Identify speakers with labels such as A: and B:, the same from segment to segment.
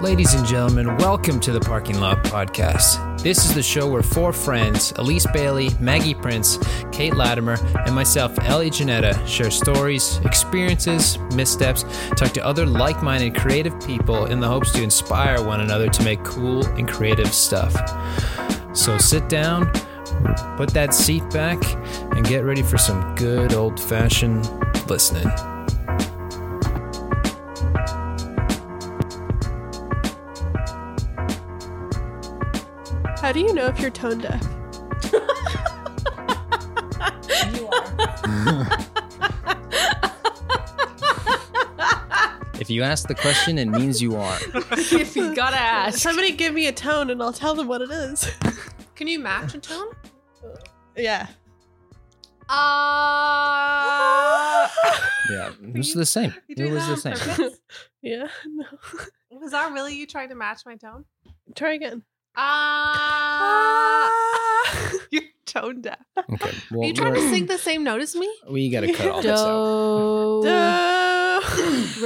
A: Ladies and gentlemen, welcome to the Parking Lot Podcast. This is the show where four friends, Elise Bailey, Maggie Prince, Kate Latimer, and myself, Ellie Janetta, share stories, experiences, missteps, talk to other like minded creative people in the hopes to inspire one another to make cool and creative stuff. So sit down, put that seat back, and get ready for some good old fashioned listening.
B: How do you know if you're tone deaf?
C: You are.
D: If you ask the question, it means you are.
C: if you gotta ask.
B: Somebody give me a tone and I'll tell them what it is.
C: Can you match a tone?
B: yeah.
C: Uh,
D: Yeah, it was the same.
C: you
D: It
C: do
D: was the
C: that
D: same.
C: on purpose?
B: Yeah. No.
C: Was that really you trying to match my tone?
B: Try again.
C: Uh, you're tone deaf.
D: Okay,
C: Are
D: well,
C: you trying
D: we're-
C: to sing the same note as me?
D: we gotta cut all this out.
C: Do,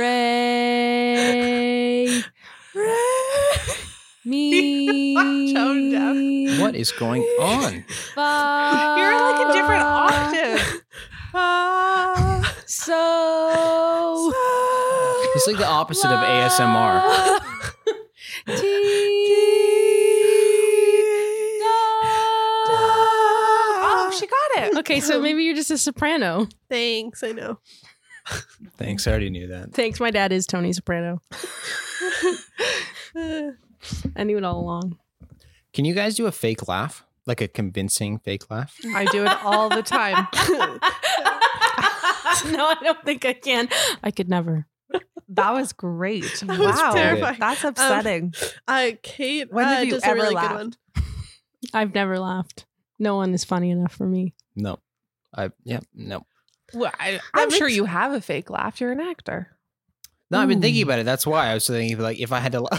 B: Do.
C: re,
E: me.
C: Tone deaf.
D: What is going on?
C: You're in like a different
B: Ah.
C: octave.
E: So.
D: It's like the opposite of ASMR.
C: Oh, she got it.
E: Okay, so maybe you're just a soprano.
B: Thanks, I know.
D: Thanks, I already knew that.
E: Thanks, my dad is Tony Soprano.
B: Uh,
E: I knew it all along.
D: Can you guys do a fake laugh? Like a convincing fake laugh?
C: I do it all the time.
E: no, I don't think I can. I could never.
C: That was great.
B: That
C: wow.
B: was terrifying.
C: That's upsetting.
B: Uh, Kate
C: When have
B: uh,
C: you
B: does
C: ever
B: a really
C: laughed?
B: good one.
E: I've never laughed. No one is funny enough for me.
D: No. I yeah, no.
C: well, I,
B: I'm sure
C: you have a fake laugh. You're an actor.
D: No, I've been thinking
E: Ooh.
C: Mm.
D: about it. That's why I was thinking like if I had to la-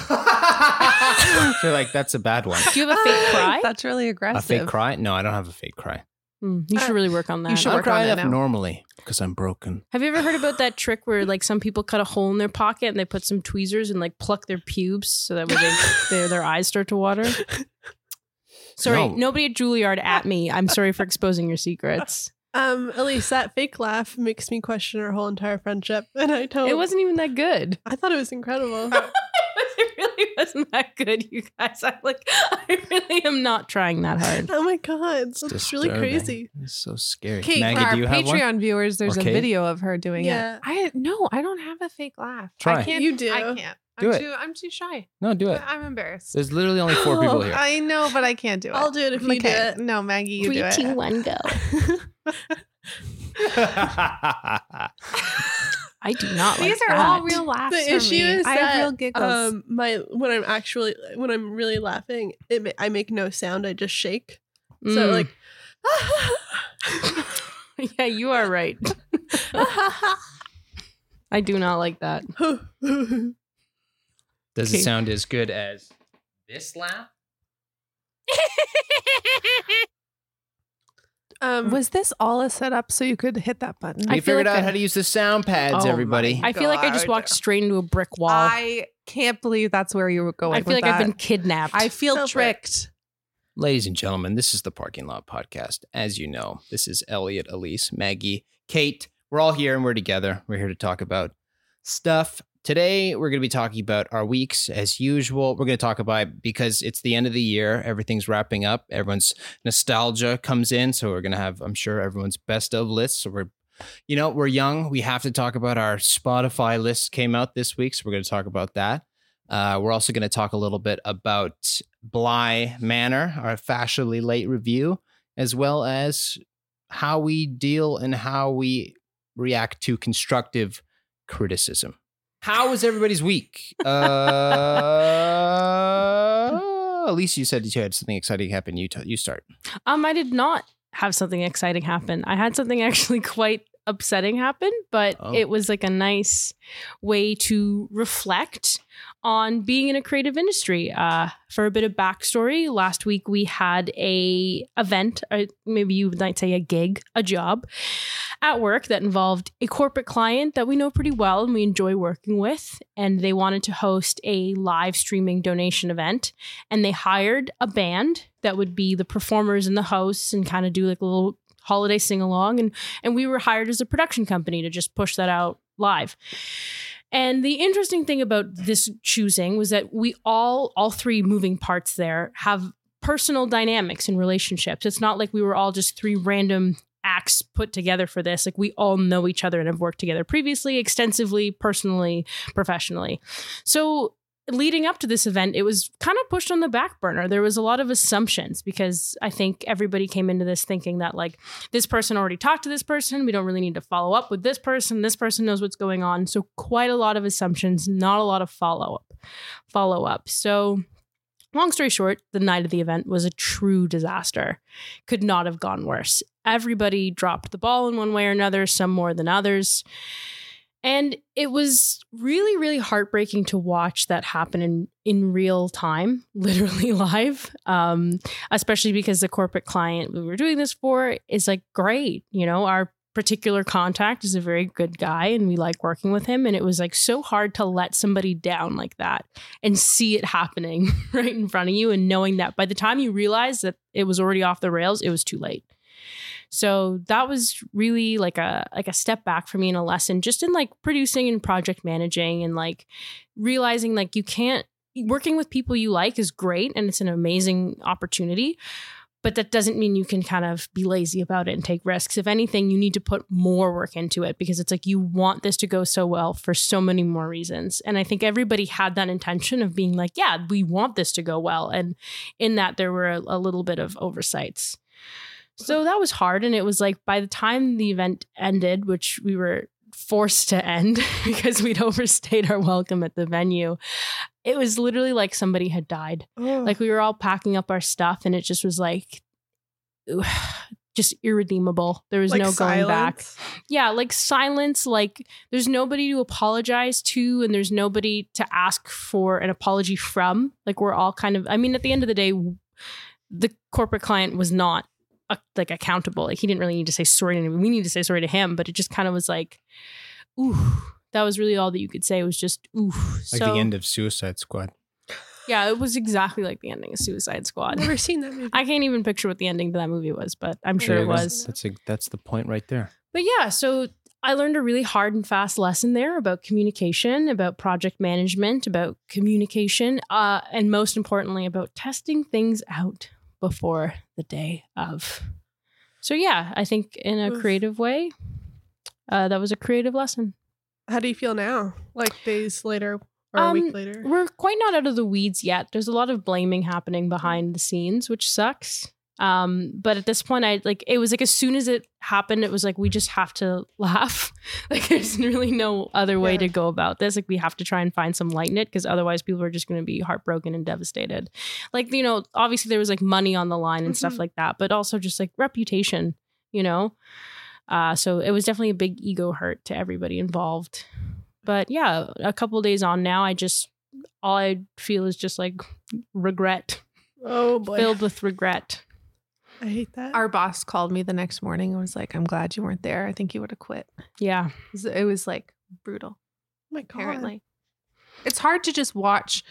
D: feel like that's a bad one.
E: Do you have a fake cry?
C: That's really aggressive.
D: A fake cry? No, I don't have a fake cry.
E: Hmm, you should really work on that.
C: you should
D: I
C: work on
D: cry
C: that
D: enough
C: now.
D: normally because I'm broken.
E: Have you ever heard about that trick where like some people cut a hole in their pocket and they put some tweezers and like pluck their pubes so that way they, their, their eyes start to water? Sorry,
D: No.
E: nobody at Juilliard at me. I'm sorry for exposing your secrets.
B: Um, Elise, that fake laugh makes me question our whole entire friendship, and I don't.
E: It wasn't even that good.
B: I thought it was incredible.
E: it really wasn't that good, you guys. I like I really am not trying that hard.
B: oh my god, that's really
D: Disturbing.
B: crazy.
D: It's so scary.
C: Kate, for
D: Maggie,
C: our
D: do you have one?
C: Patreon viewers, there's
D: Or Kate?
C: a video of her doing
B: Yeah.
C: it. I no, I don't have a fake laugh.
D: Try.
C: I can't.
B: You do.
C: I can't.
D: Do
C: I'm
D: it.
C: too. I'm too shy.
D: No, do it.
C: I'm embarrassed.
D: There's literally only
C: Oh,
D: four people here.
C: I know, but I can't do it.
B: I'll do it if you do
C: Okay.
B: it.
C: No, Maggie, you do it.
E: one, go. I do not like
C: These are
E: that.
C: all real laughs.
B: The
C: for
B: issue
C: me.
B: is
C: I
B: that
C: have real giggles.
B: um, my when I'm actually when I'm really laughing, it ma- I make no sound. I just shake. So
E: Mm.
B: like,
E: yeah, you are right. I do not like that.
D: Does
E: Okay.
D: it sound as good as this laugh?
B: um,
C: was this all a setup so you could hit that button?
E: I
D: we
E: feel
D: figured
E: like
D: out
E: I-
D: how to use the sound pads,
C: Oh my
D: everybody.
E: I feel like I just
C: God.
E: walked straight into a brick wall. I,
C: I can't believe that's where you were going.
E: feel like
C: with
E: I've
C: that.
E: been kidnapped.
C: I feel
B: Felt it.
C: tricked.
D: Ladies and gentlemen, this is the Parking Lot Podcast. As you know, this is Elliot, Elise, Maggie, Kate. We're all here and we're together. We're here to talk about stuff. Today, we're going to be talking about our weeks as usual. We're going to talk about because it's the end of the year, everything's wrapping up, everyone's nostalgia comes in. So, we're going to have, I'm sure, everyone's best of lists. So, we're you know, we're young. We have to talk about our Spotify list came out this week, so we're going to talk about that. Uh, we're also going to talk a little bit about Bly Manor, our fashionably late review, as well as how we deal and how we react to constructive criticism. How was everybody's week? Uh, at least you said you had something exciting happen. You t- you start.
E: Um, I did not have something exciting happen. I had something actually quite upsetting happened, but
D: Oh.
E: it was like a nice way to reflect on being in a creative industry. Uh, for a bit of backstory, last week we had a event, or maybe you might say a gig, a job at work that involved a corporate client that we know pretty well and we enjoy working with, and they wanted to host a live streaming donation event, and they hired a band that would be the performers and the hosts and kind of do like a little holiday sing along and and we were hired as a production company to just push that out live. And the interesting thing about this choosing was that we all, all three moving parts there, have personal dynamics and relationships. It's not like we were all just three random acts put together for this. Like we all know each other and have worked together previously, extensively, personally, professionally. So leading up to this event, it was kind of pushed on the back burner. There was a lot of assumptions because I think everybody came into this thinking that, like, this person already talked to this person. We don't really need to follow up with this person. This person knows what's going on. So quite a lot of assumptions, not a lot of follow up. Follow up. So long story short, the night of the event was a true disaster. Could not have gone worse. Everybody dropped the ball in one way or another, some more than others. And it was really, really heartbreaking to watch that happen in, in real time, literally live. Um, especially because the corporate client we were doing this for is like great you know our particular contact is a very good guy and we like working with him and it was like so hard to let somebody down like that and see it happening right in front of you and knowing that by the time you realize that it was already off the rails it was too late so that was really like a like a step back for me and a lesson just in like producing and project managing and like realizing like you can't working with people you like is great and it's an amazing opportunity but that doesn't mean you can kind of be lazy about it and take risks if anything you need to put more work into it because it's like you want this to go so well for so many more reasons and i think everybody had that intention of being like yeah we want this to go well and in that there were a, a little bit of oversights so that was hard and it was like by the time the event ended which we were forced to end because we'd overstayed our welcome at the venue it was literally like somebody had died.
B: oh,
E: Like we were all packing up our stuff and it just was like just irredeemable. There was no going back. Yeah, like silence, like there's nobody to apologize to and there's nobody to ask for an apology from. Like we're all kind of I mean at the end of the day the corporate client was not uh, like accountable. Like he didn't really need to say sorry to anyone. We need to say sorry to him, but it just kind of was like ooh that was really all that you could say. It was just ooh.
D: Like
E: so,
D: the end of Suicide Squad.
E: yeah, it was exactly like the ending of Suicide
B: I've
E: Squad.
B: never seen that movie.
E: I can't even picture what the ending to that movie was, but I'm sure
D: There
E: it
D: you go.
E: was.
D: That's a, that's the point right there.
E: But yeah, so I learned a really hard and fast lesson there about communication, about project management, about communication, uh, and most importantly, about testing things out before the day of. So yeah, I think in a
B: Oof.
E: creative way, uh, that was a creative lesson.
B: How do you feel now? Like days later or a
E: Um,
B: week later?
E: We're quite not out of the weeds yet. There's a lot of blaming happening behind the scenes, which sucks. Um, but at this point, I like it was like as soon as it happened, it was like we just have to laugh. Like there's really no other way
B: Yeah.
E: to go about this. Like we have to try and find some light in it because otherwise people are just going to be heartbroken and devastated. Like you know, obviously there was like money on the line and stuff
B: Mhm.
E: like that, but also just like reputation, you know. Uh, so it was definitely a big ego hurt to everybody involved. But yeah, a couple days on now, I just all I feel is just like regret,
B: Oh boy.
E: filled with regret.
B: I hate that. Oh
C: Our boss called me the next morning and was like, I'm glad you weren't there. I think you would have quit.
E: Yeah,
C: It was- It was like brutal.
B: my God.
C: apparently. It's hard to just watch.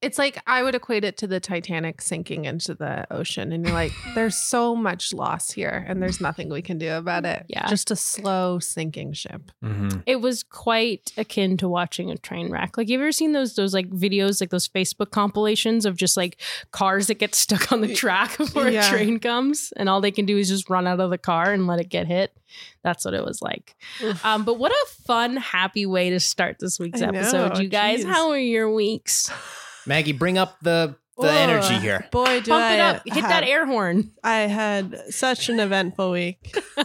C: It's like I would equate it to the Titanic sinking into the ocean, and you're like, there's so much loss here, and there's nothing we can do about it.
E: Yeah.
C: Just a slow sinking ship.
D: Mm-hmm.
E: it was quite akin to watching a train wreck. Like, you ever seen those those like videos, like those Facebook compilations of just like cars that get stuck on the track before
B: Yeah.
E: a train comes, and all they can do is just run out of the car and let it get hit. That's what it was like.
B: Oof.
E: Um, but what a fun, happy way to start this week's
B: I
E: episode,
B: know,
E: you guys.
B: jeez.
E: How are your weeks?
D: Maggie, bring up the the
B: Oh,
D: energy here.
B: Boy, do
E: Pump
B: I
E: it up, hit
B: have-
E: that air horn.
B: I had such an eventful week.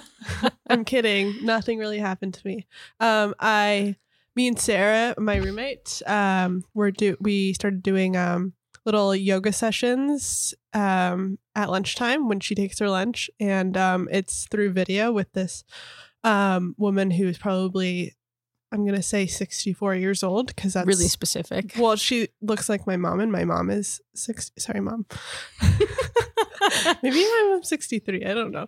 B: I'm kidding. Nothing really happened to me. Um, I, me and Sarah, my roommate, um, were do we started doing um little yoga sessions um at lunchtime when she takes her lunch, and um, it's through video with this um, woman who is probably, I'm going to say 64 years old because that's
E: really specific.
B: Well, she looks like my mom, and my mom is 60. Sorry, mom. Maybe my mom's 63. I don't know.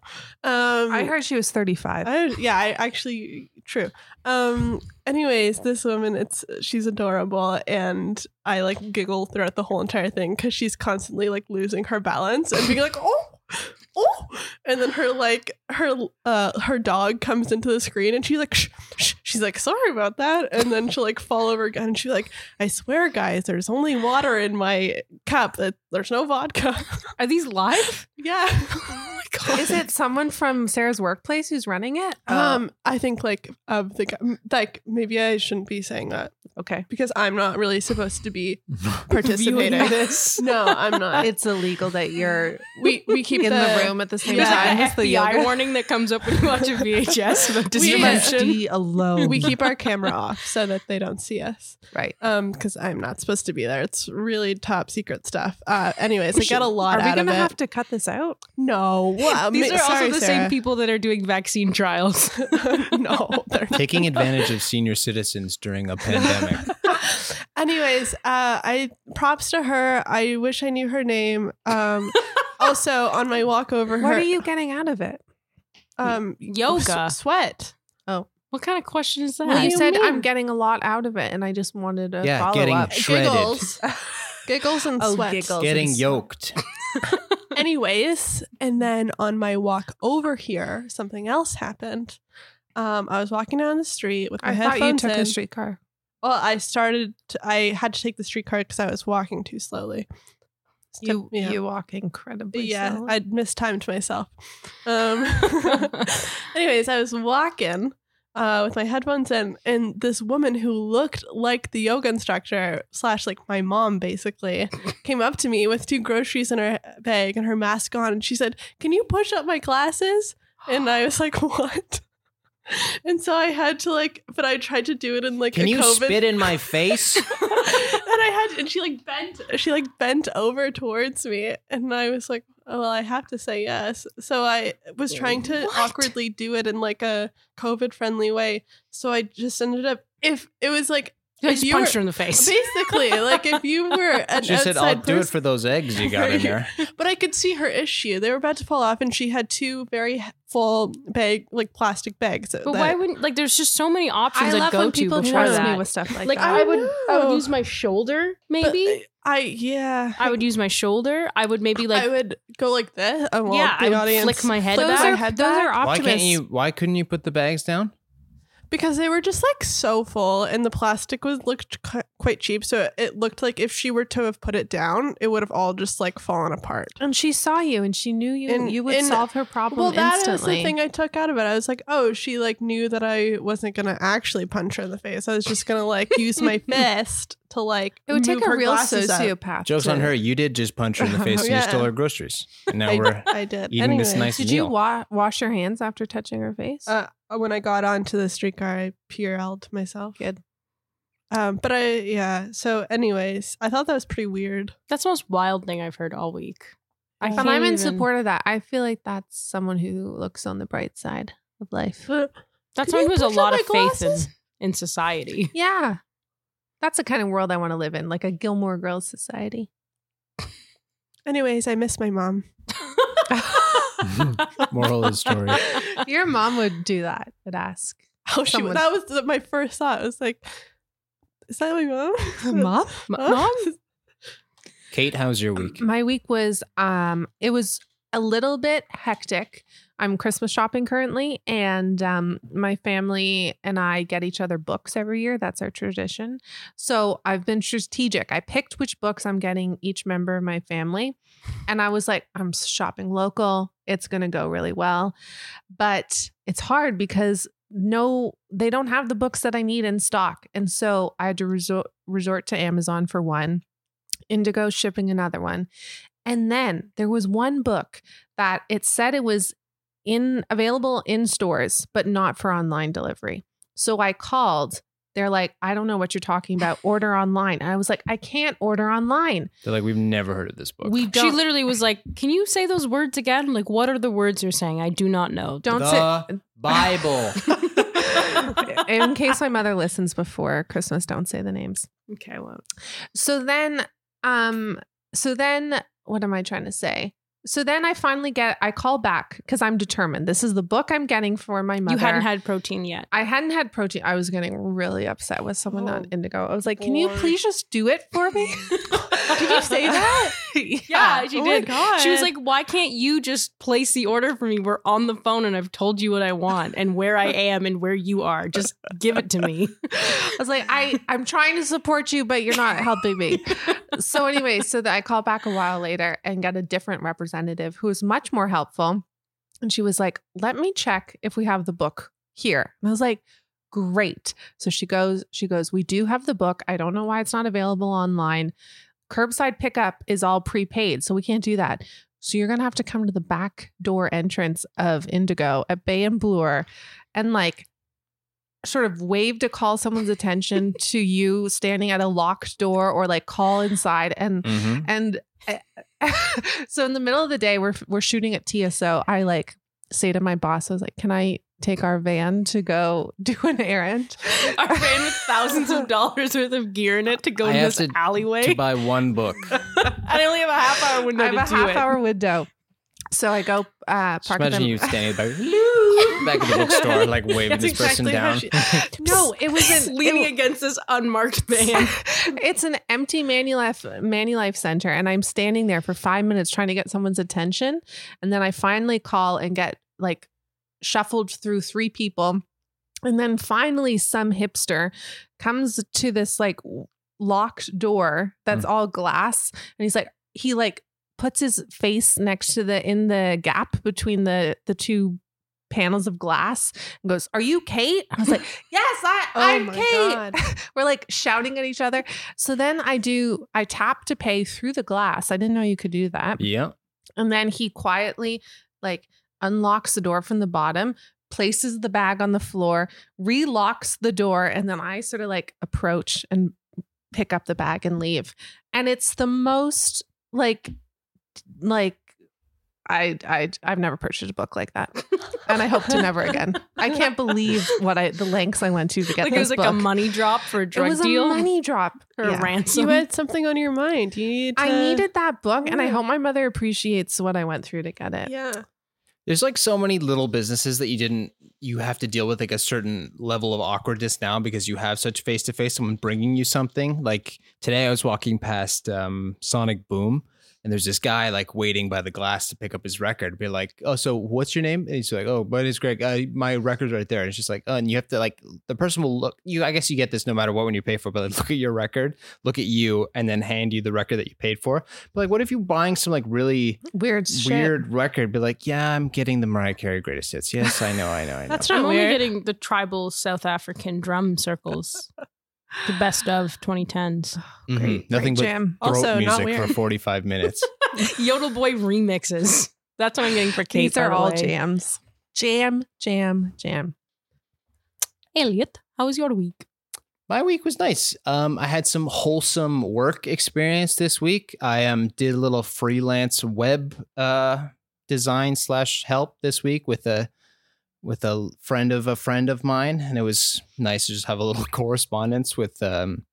B: Um,
C: I heard she was 35.
B: I, yeah, I actually true. Um anyways, this woman it's she's adorable and I like giggle throughout the whole entire thing cuz she's constantly like losing her balance and being like, "Oh, oh." And then her like her uh her dog comes into the screen and she's like, shh, shh. she's like, "Sorry about that." And then she'll like fall over again and she's like, "I swear, guys, there's only water in my cup. That there's no vodka."
E: Are these live?
B: yeah. Oh
C: Is it someone from Sarah's workplace who's running it?
B: Um, I think like of the gu- like maybe I shouldn't be saying that
C: okay.
B: because I'm not really supposed to be participating.
E: Viewing
B: this. No, I'm not.
C: It's illegal that you're
B: we we keep
C: in the, room at the same time as the yoga.
E: warning that comes up when you watch a VHS about
C: You must
B: mention-
C: be alone.
B: We keep our camera off so that they don't see us.
C: right.
B: Um, because I'm not supposed to be there. It's really top secret stuff. Uh, anyways, I got a lot
C: Are we
B: out of
C: gonna
B: it.
C: have to cut this out?
B: no, uh,
E: These
B: ma-
E: are
B: sorry,
E: also the
B: Sarah.
E: same people that are doing vaccine trials.
B: no, they're not.
D: Taking advantage of senior citizens during a pandemic.
B: Anyways, uh, I props to her. I wish I knew her name. Um, also on my walk over
C: What
B: her,
C: are you getting out of it?
B: um,
E: Yoga.
B: s- sweat.
E: what kind of question is that?
B: What do
C: you
B: you
C: said
B: mean?
C: I'm getting a lot out of it, and I just wanted a
D: Yeah,
C: follow
D: getting
C: up.
D: shredded.
B: Giggles, giggles, and
C: Oh,
B: sweat.
C: giggles.
D: Getting yoked.
B: Anyways, and then on my walk over here, something else happened. Um, I was walking down the street with my
C: I thought
B: headphones
C: you took
B: in.
C: the streetcar.
B: Well, I started. To, I had to take the streetcar because I was walking too slowly.
C: You
B: yeah.
C: you walk incredibly.
B: Yeah,
C: slow.
B: I'd mistimed myself. Um, Anyways, I was walking uh, with my headphones in, and this woman who looked like the yoga instructor slash like my mom basically came up to me with two groceries in her bag and her mask on, and she said, "Can you push up my glasses?" And I was like, "What?" And so I had to like, but I tried to do it in like
D: Can
B: a
D: you
B: COVID
D: spit in my face?
B: and I had, and she like bent, she like bent over towards me, and I was like, oh, "Well, I have to say yes." So I was trying to
E: What?
B: awkwardly do it in like a COVID-friendly way. So I just ended up if it was like
E: I
B: if
E: just
B: you
E: punched
B: were-
E: her in the face.
B: basically like if you were an
D: She said,
B: outside
D: I'll do it
B: person,
D: for those eggs you got in there.
B: but I could see her issue. They were about to fall off, and she had two very full bag like plastic bags.
E: But
B: that-
E: why wouldn't like? There's just so many options
C: I
E: I
C: love
E: would go
C: when
E: to
C: people
E: before
C: trust
E: that.
C: me with stuff like,
E: like
C: that.
E: I would, I would
B: know.
E: use my shoulder
B: But
E: maybe.
B: I yeah.
E: I would use my shoulder. I would maybe like
B: I would go like this. and while
E: yeah,
B: the
E: I would
B: audience
E: flick my head
B: flips
E: back.
B: my
C: Those are-
B: head
C: those
B: back.
C: are
D: Why can't
C: optimists.
D: you why couldn't you put the bags down?
B: because they were just like so full and the plastic was looked cu- quite cheap so it, it looked like if she were to have put it down it would have all just like fallen apart
C: And she saw you, and she knew you.
B: And-
C: you would
B: and-
C: solve her problem
B: well that is
C: instantly.
B: the thing i took out of it i was like oh she like knew that i wasn't gonna actually punch her in the face i was just gonna like use my fist to like
C: it would take
B: move
C: a
B: her
C: real
B: glasses up.
C: sociopath.
D: Joke's
C: to-
D: on her. You did just punch her in the face and you
B: Oh, Yeah.
D: stole her groceries. And now
B: I,
D: we're
B: I did
D: eating this
B: Anyways,
D: nice
C: Did you
D: meal.
C: wa- wash your hands after touching her face?
B: Uh, when i got onto the streetcar i prl'd myself
C: Good.
B: um but i yeah so anyways i thought that was pretty weird
E: That's the most wild thing I've heard all week. I
C: but
E: can't
C: I'm in
E: even-
C: support of that. I feel like that's someone who looks on the bright side of life.
B: but Can
E: That's someone
B: you
E: who has a
B: push up
E: lot
B: my
E: of faith in,
B: glasses?
E: in society.
C: Yeah. That's the kind of world I want to live in, like a Gilmore Girls society.
B: Anyways, I miss my mom.
D: Moral of the story.
C: Your mom would do that, would ask.
B: Oh, she,
C: Someone-
B: that was the, my first thought. I was like, is that my mom?
E: M-
B: Huh?
E: Mom?
D: Kate, how's your week?
C: My week was um it was a little bit hectic. I'm Christmas shopping currently and um my family and I get each other books every year. That's our tradition. So I've been strategic. I picked which books I'm getting each member of my family. And I was like, I'm shopping local. It's going to go really well. But it's hard because no, they don't have the books that I need in stock. And so I had to resort, resort to Amazon for one, Indigo shipping another one. And then there was one book that it said it was in available in stores, but not for online delivery. So I called. They're like, I don't know what you're talking about. Order online. I was like, I can't order online.
D: They're like, we've never heard of this book.
C: We
E: She
C: don't
E: literally was like, Can you say those words again? Like, what are the words you're saying? I do not know.
C: don't
D: The
C: sit
D: Bible.
C: In case my mother listens before Christmas, don't say the names.
E: okay, well,
C: So then, um, so then, what am I trying to say? So then I finally get, I call back because I'm determined. This is the book I'm getting for my mother.
E: you hadn't had protein yet.
C: I hadn't had protein. I was getting really upset with someone on
B: Oh,
C: Indigo. I was like, can you
B: boy.
C: please just do it for me?
E: Did
C: you say that? yeah.
E: Yeah, she
B: oh
E: did.
B: My God.
E: She was like, "Why can't you just place the order for me? We're on the phone, and I've told you what I want, and where I am, and where you are. Just give it to me."
C: I was like, I, I'm trying to support you, but you're not helping me. so anyway, so that I called back a while later and got a different representative who was much more helpful. And she was like, let me check if we have the book here. And I was like, great. So she goes, she goes, we do have the book. I don't know why it's not available online. Curbside pickup is all prepaid, so we can't do that. So you're gonna have to come to the back door entrance of Indigo at Bay and Bloor and like sort of wave to call someone's attention to you standing at a locked door or like call inside and
D: mm-hmm.
C: and eh, so in the middle of the day, we're we're shooting at TSO. I like say to my boss, I was like, "Can I take our van to go do an errand?"
E: Our van with thousands of dollars worth of gear in it to go
D: I
E: in
D: have
E: this
D: to-
E: alleyway.
D: To buy one book.
E: I only have a half hour window
C: I have
E: Oh, to
C: a
E: do
C: half
E: it.
C: hour window, so I go uh,
D: Just
C: park
D: imagine
C: them.
D: you standing back, back at the bookstore, like waving
B: That's
D: this person
B: exactly how
D: down.
B: she-
C: no, it was an
E: leaning
C: it-
E: against this unmarked van.
C: it's an empty Manulife Manulife Center, and I'm standing there for five minutes trying to get someone's attention, and then I finally call and get like shuffled through three people, and then finally some hipster comes to this like w- locked door
B: Mm.
C: that's all glass, and he's like he like puts his face next to the in the gap between the the two panels of glass and goes are you kate i was like yes i
B: Oh
C: i'm
B: my
C: kate
B: God.
C: we're like shouting at each other. So then I do, I tap to pay through the glass. I didn't know you could do that.
D: Yeah.
C: And then he quietly like unlocks the door from the bottom, places the bag on the floor, relocks the door, and then I sort of like approach and pick up the bag and leave. And it's the most like like I I I've never purchased a book like that. And I hope to never again. I can't believe what I the lengths I went to to get
E: like it
C: this
E: was like
C: book
E: a money drop for a drug
C: it was
E: deal
C: a money drop.
E: or a
C: Yeah.
E: ransom.
B: you had something on your mind. You needed. To,
C: I needed that book, and I
B: Yeah.
C: hope my mother appreciates what I went through to get it.
B: Yeah.
D: There's like so many little businesses that you didn't, you have to deal with like a certain level of awkwardness now because you have such face to face someone bringing you something. Like today, I was walking past um, Sonic Boom and there's this guy like waiting by the glass to pick up his record. Be like, oh, so what's your name? And he's like, oh, my name's Greg. Uh, my record's right there. And it's just like, oh, and you have to like, the person will look, you, I guess you get this no matter what when you pay for it, but like, look at your record, look at you, and then hand you the record that you paid for. But like, what if you're buying some like really,
C: Weird shit.
D: weird record be like, yeah, I'm getting the Mariah Carey greatest hits. Yes, I know, I know, I know.
B: That's
E: I'm
B: not
E: only
B: weird.
E: getting the tribal South African drum circles, the best of 2010s.
D: Mhm.
C: Great,
D: Nothing
C: great
D: but
C: jam.
D: throat
B: Also, not
D: music
B: weird.
D: for 45 minutes.
E: Yodel Boy remixes. That's what I'm getting for Kate.
C: These are
E: by the
C: all
E: way.
C: jams. Jam, jam, jam.
E: Elliot, how was your week?
D: My week was nice. Um, I had some wholesome work experience this week. I um, did a little freelance web uh, design slash help this week with a with a friend of a friend of mine, and it was nice to just have a little correspondence with um,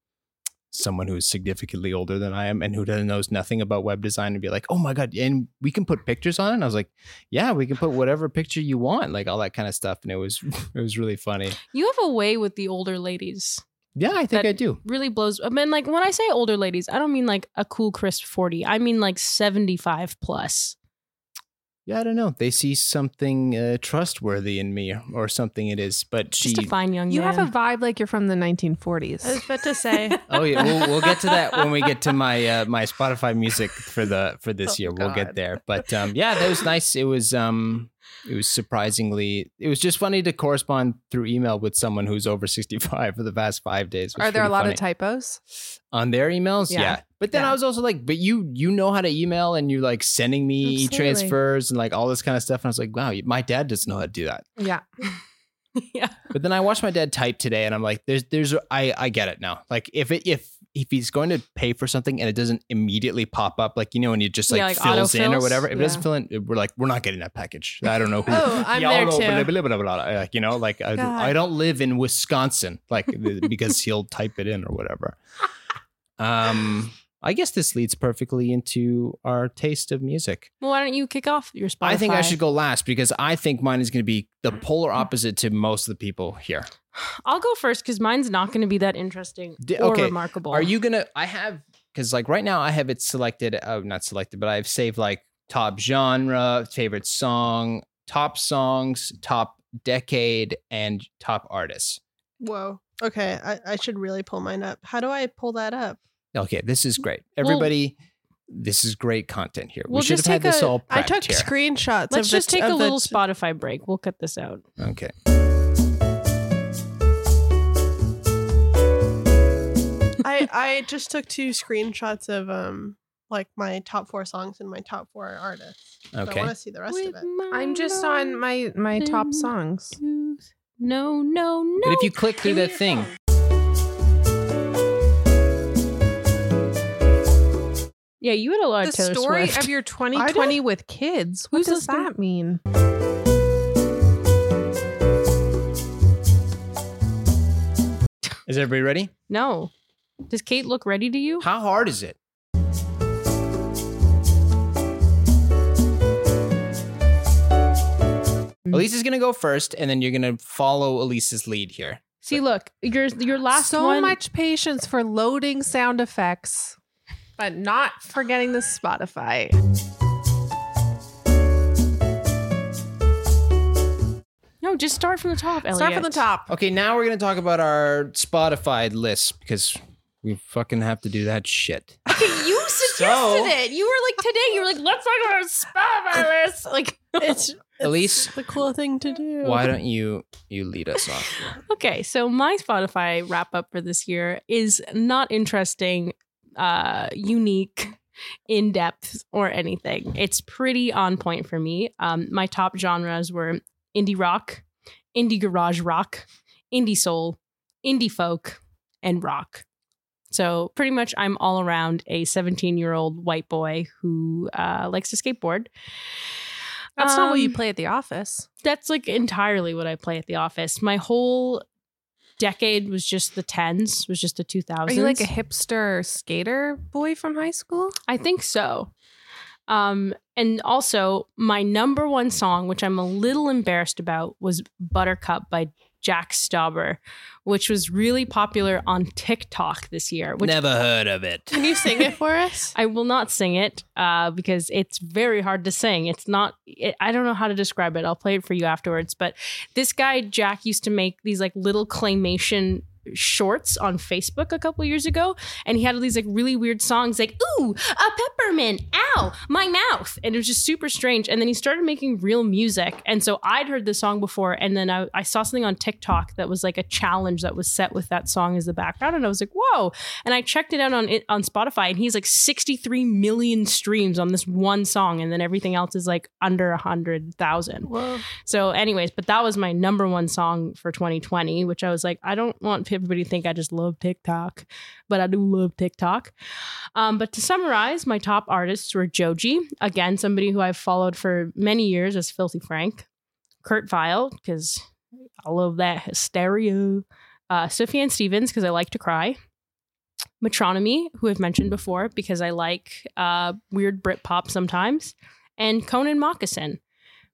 D: someone who is significantly older than I am and who doesn't knows nothing about web design, and be like, "Oh my god!" And we can put pictures on it. And I was like, "Yeah, we can put whatever picture you want, like all that kind of stuff." And it was it was really funny.
E: You have a way with the older ladies.
D: Yeah, I think
E: That-
D: I do.
E: Really blows. I mean, like when I say older ladies, I don't mean like a cool crisp 40. I mean like 75 plus.
D: Yeah, I don't know. They see something uh, trustworthy in me or something it is, but she.
E: Just a fine young
C: You
E: man.
C: have a vibe like you're from the
B: I was
C: 1940s.
B: about to say.
D: oh yeah, we'll, we'll get to that when we get to my uh, my Spotify music for the for this
C: Oh,
D: year. We'll get
C: God.
D: there. But um, yeah, that was nice. It was um it was surprisingly it was just funny to correspond through email with someone who's over 65 for the past 5 days. It was
C: Are there a
D: pretty
C: lot
D: funny.
C: of typos?
D: on their emails yeah,
E: Yeah.
D: but then
C: Yeah.
D: i was also like but you you know how to email and you're like sending me
C: Absolutely.
D: transfers and like all this kind of stuff and i was like wow my dad doesn't know how to do that
C: Yeah.
E: yeah.
D: But then I watched my dad type today, and I'm like, "There's, there's, I, I get it now. Like, if it, if if he's going to pay for something and it doesn't immediately pop up, like you know, and it just like,
E: Yeah, like
D: fills in or
E: autofills.
D: whatever. If it doesn't
C: Yeah.
D: fill in, we're like, we're not getting that package. I don't know who.
B: Oh, I'm
D: y'all
B: there
D: know, blah,
B: too.
D: blah, blah, blah, blah. Like, you know, like I,
B: God.
D: I don't live in Wisconsin, like th- because he'll type it in or whatever. Um, I guess this leads perfectly into our taste of music.
E: Well, why don't you kick off your Spotify?
D: I think I should go last because I think mine is going to be the polar opposite to most of the people here.
E: I'll go first because mine's not going to be that interesting
D: Di-
E: or
D: okay.
E: remarkable.
D: Are you gonna? I have because like right now I have it selected. Uh, not selected, but I've saved like top genre, favorite song, top songs, top decade, and top artists.
B: Whoa. Okay, I, I should really pull mine up. How do I pull that up?
D: Okay, this is great.
E: Well-
D: Everybody, this is great content here.
E: We'll
D: we should have had
E: just take
D: this
E: a-
D: all prepped
B: I took
D: here.
B: screenshots.
E: Let's
B: of
E: just
B: the,
E: take a
B: of the-
E: little Spotify break. We'll cut this out.
D: okay.
B: I I just took two screenshots of um like my top four songs and my top four artists. I
D: Okay.
B: want to see the rest of it.
C: I'm just on my my top
E: Mm.
C: songs.
E: No, no, no.
D: But if you click through
E: Give me
D: that
E: your
D: thing,
E: yeah, you had a lot
C: The
E: of Taylor
C: story
E: Swift.
C: of your 2020 with kids. What
E: Who's
C: does that mean?
D: is everybody ready?
E: no. Does Kate look ready to you?
D: How hard is it?
E: Mm.
D: Elise is gonna go first, and then you're gonna follow Elise's lead here.
E: See, look, your your last
C: so
E: one.
C: much patience for loading sound effects, but not forgetting the Spotify.
E: No, just start from the top. Elliot.
C: Start from the top.
D: Okay, now we're gonna talk about our Spotify list because we fucking have to do that shit.
E: You suggested
D: So-
E: it. You were like today. You were like, let's talk about Spotify list. Like,
B: It's, it's
D: Elise?
B: the cool thing to do.
D: Why don't you you lead us off?
E: okay, so my Spotify wrap up for this year is not interesting, uh, unique, in depth, or anything. It's pretty on point for me. Um, my top genres were indie rock, indie garage rock, indie soul, indie folk, and rock. So pretty much, I'm all around a 17 year old white boy who uh, likes to skateboard.
C: That's not what you
E: Um,
C: play at the office.
E: that's like entirely what I play at the office. My whole decade was just the tens, was just the two
C: Are
E: thousands.
C: you like a hipster skater boy from high school?
E: I think so. Um, and also my number one song, which I'm a little embarrassed about, was Buttercup by Jack Stauber, which was really popular on TikTok this year. Which
D: Never heard of it.
B: Can you sing it for us?
E: I will not sing it uh, because it's very hard to sing. It's not, it, I don't know how to describe it. I'll play it for you afterwards. But this guy, Jack, used to make these like little claymation shorts on Facebook a couple years ago. And he had all these like really weird songs like, ooh, a peppermint, ow, my mouth. And it was just super strange. And then he started making real music. And so I'd heard this song before. And then I, I saw something on TikTok that was like a challenge that was set with that song as the background. And I was like, whoa. And I checked it out on it on Spotify, and he's like 63 million streams on this one song, and then everything else is like under a hundred thousand.
B: Whoa.
E: So, anyways, but that was my number one song for 2020, which I was like, I don't want everybody to think I just love TikTok, but I do love TikTok. Um, but to summarize, my top artists were Joji, again, somebody who I've followed for many years as Filthy Frank, Kurt Vile, because I love that hysteria, uh, Sufjan Stevens, because I like to cry. Metronomy, who I've mentioned before, because I like uh, weird Brit pop sometimes, and Conan Moccasin.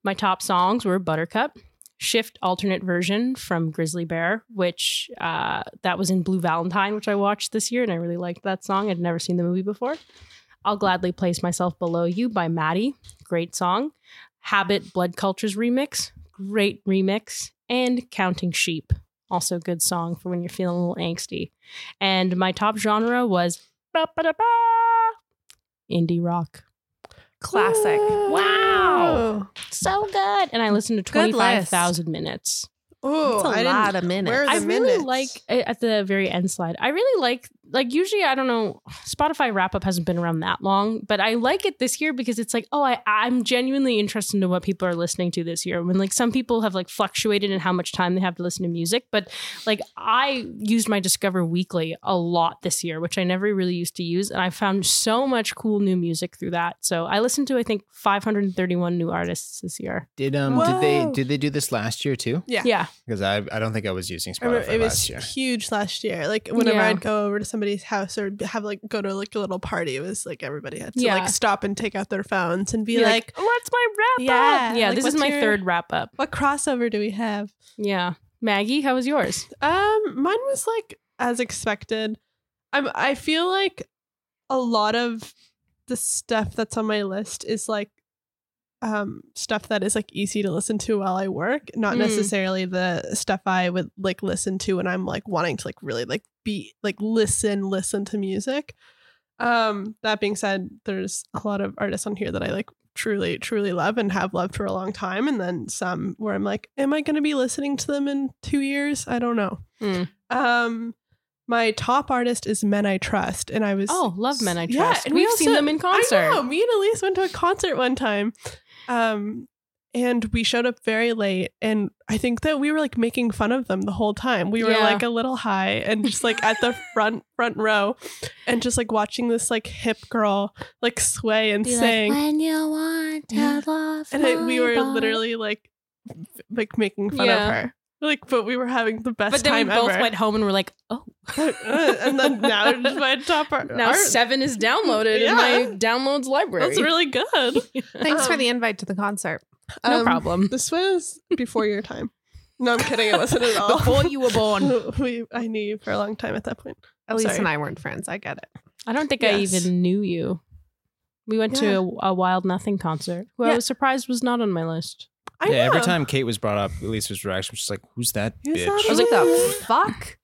E: My top songs were Buttercup, Shift Alternate Version from Grizzly Bear, which uh, that was in Blue Valentine, which I watched this year, and I really liked that song. I'd never seen the movie before. I'll Gladly Place Myself Below You by Maddie, great song. Habit Blood Cultures remix, great remix. And Counting Sheep, also a good song for when you're feeling a little angsty. And my top genre was ba-ba-da-ba, indie rock.
C: Classic.
E: Wow.
B: Wow.
E: So good. And I listened to
C: Good list.
E: 25,000 minutes.
B: Oh,
C: That's a
B: I didn't.
C: lot of minutes.
B: where are
E: I
B: the
E: really
B: minutes?
E: like at the very end slide. I really like like usually I don't know Spotify wrap up hasn't been around that long, but I like it this year because it's like oh I I'm genuinely interested in what people are listening to this year. When like some people have like fluctuated in how much time they have to listen to music, but like I used my Discover Weekly a lot this year, which I never really used to use, and I found so much cool new music through that. So I listened to I think 531 new artists this year.
D: Did um did they
B: Whoa.
D: did they do this last year too?
B: Yeah.
E: Yeah,
D: Because I I don't think I was using
B: I remember
D: Spotify
B: it was
D: last year.
B: huge last year. Like whenever
E: Yeah.
B: I'd go over to somebody's house or have like go to like a little party, it was like everybody had to
E: Yeah.
B: like stop and take out their phones and be
E: You're
B: like,
E: what's "Oh, my wrap
B: Yeah,
E: up? Yeah,
B: like,
E: this is
B: what's
E: my
B: your-
E: third wrap up.
B: "What crossover do we have?"
E: Yeah, Maggie, how was yours?
B: Um, mine was like as expected. I'm. I feel like a lot of the stuff that's on my list is like um stuff that is like easy to listen to while I work, not
E: Mm.
B: necessarily the stuff I would like listen to when I'm like wanting to like really like be like listen listen to music. Um that being said, there's a lot of artists on here that I like truly truly love and have loved for a long time and then some where I'm like am I going to be listening to them in 2 years? I don't know.
E: Mm.
B: Um my top artist is Men I Trust and I was
E: Oh, love men I
B: Yeah,
E: trust.
B: and we
E: We've seen
B: also-
E: them in concert.
B: I know. Me and Elise went to a concert one time. Um, and we showed up very late. And I think that we were like making fun of them the whole time. We were
E: Yeah.
B: like a little high and just like at the front front row and just like watching this like hip girl like sway and sing.
E: when you want
B: to Yeah. and I, we were literally like f- like making fun
E: Yeah.
B: of her. Like, but we were having the best
E: But then we
B: time
E: both
B: ever.
E: went home and were like, oh.
B: and then now it's my top ar-
E: Now
B: art.
E: seven is downloaded in
B: Yeah.
E: my downloads library.
B: That's really good.
C: Thanks for
B: Um,
C: the invite to the concert.
E: no
B: Um,
E: problem.
B: This was before your time. No, I'm kidding. It wasn't at all.
E: you were born.
B: we, I knew you for a long time at that point.
C: Elise
B: sorry.
C: and I weren't friends. I get it.
E: I don't think I
B: Yes.
E: even knew you. We went to a, a Wild Nothing concert, who I
B: Yeah.
E: was surprised was not on my list.
B: I
D: yeah, every
B: know.
D: time Kate was brought up, Elisa's reaction was just like, "Who's that
B: Who's
D: bitch?"
B: that
C: I was like,
B: Ooh.
C: the fuck?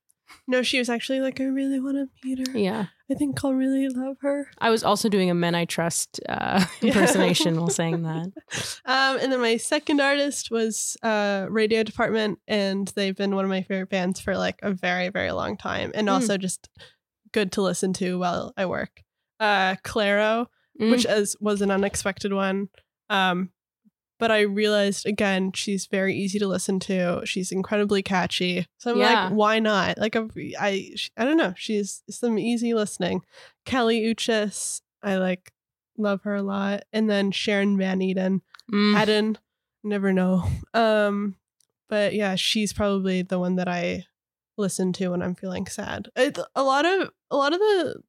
B: No, she was actually like, I really want to meet her.
E: Yeah.
B: I think I'll really love her.
E: I was also doing a Men I Trust uh,
B: Yeah.
E: impersonation while saying that.
B: Um, and then my second artist was uh, Radio Department, and they've been one of my favorite bands for like a very, very long time, and
E: Mm.
B: also just good to listen to while I work. Uh, Claro,
E: Mm.
B: which as was an unexpected one. Um, but I realized again, she's very easy to listen to. She's incredibly catchy. So I'm
E: Yeah.
B: like, why not? Like I, I, sh- I don't know. She's some easy listening. Kelly Uchis, I like, love her a lot. And then Sharon Van Eden,
E: Mm.
B: Eden, never know. Um, but yeah, she's probably the one that I listen to when I'm feeling sad. It's a lot of a lot of the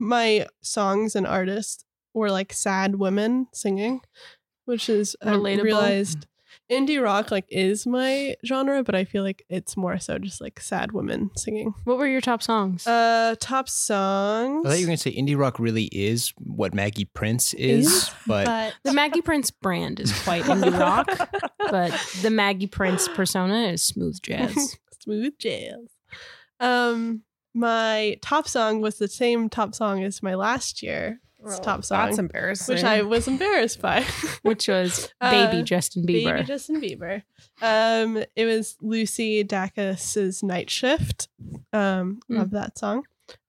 B: my songs and artists were like sad women singing, which is I
E: Relatable. Mm.
B: realized indie rock like is my genre, but I feel like it's more so just like sad women singing.
E: What were your top songs?
B: Uh, top songs.
D: I thought you were gonna say indie rock really is what Maggie Prince is,
B: Is,
D: but
B: but
E: the Maggie Prince brand is quite indie rock. but the Maggie Prince persona is smooth jazz.
B: smooth jazz. Um, my top song was the same top song as my last year's
E: Oh,
B: top song,
C: That's embarrassing.
B: which I was embarrassed by.
E: which was
B: Uh,
E: Baby Justin Bieber.
B: Baby Justin Bieber. Um, it was Lucy Dacus's Night Shift. Um,
E: Mm.
B: love that song.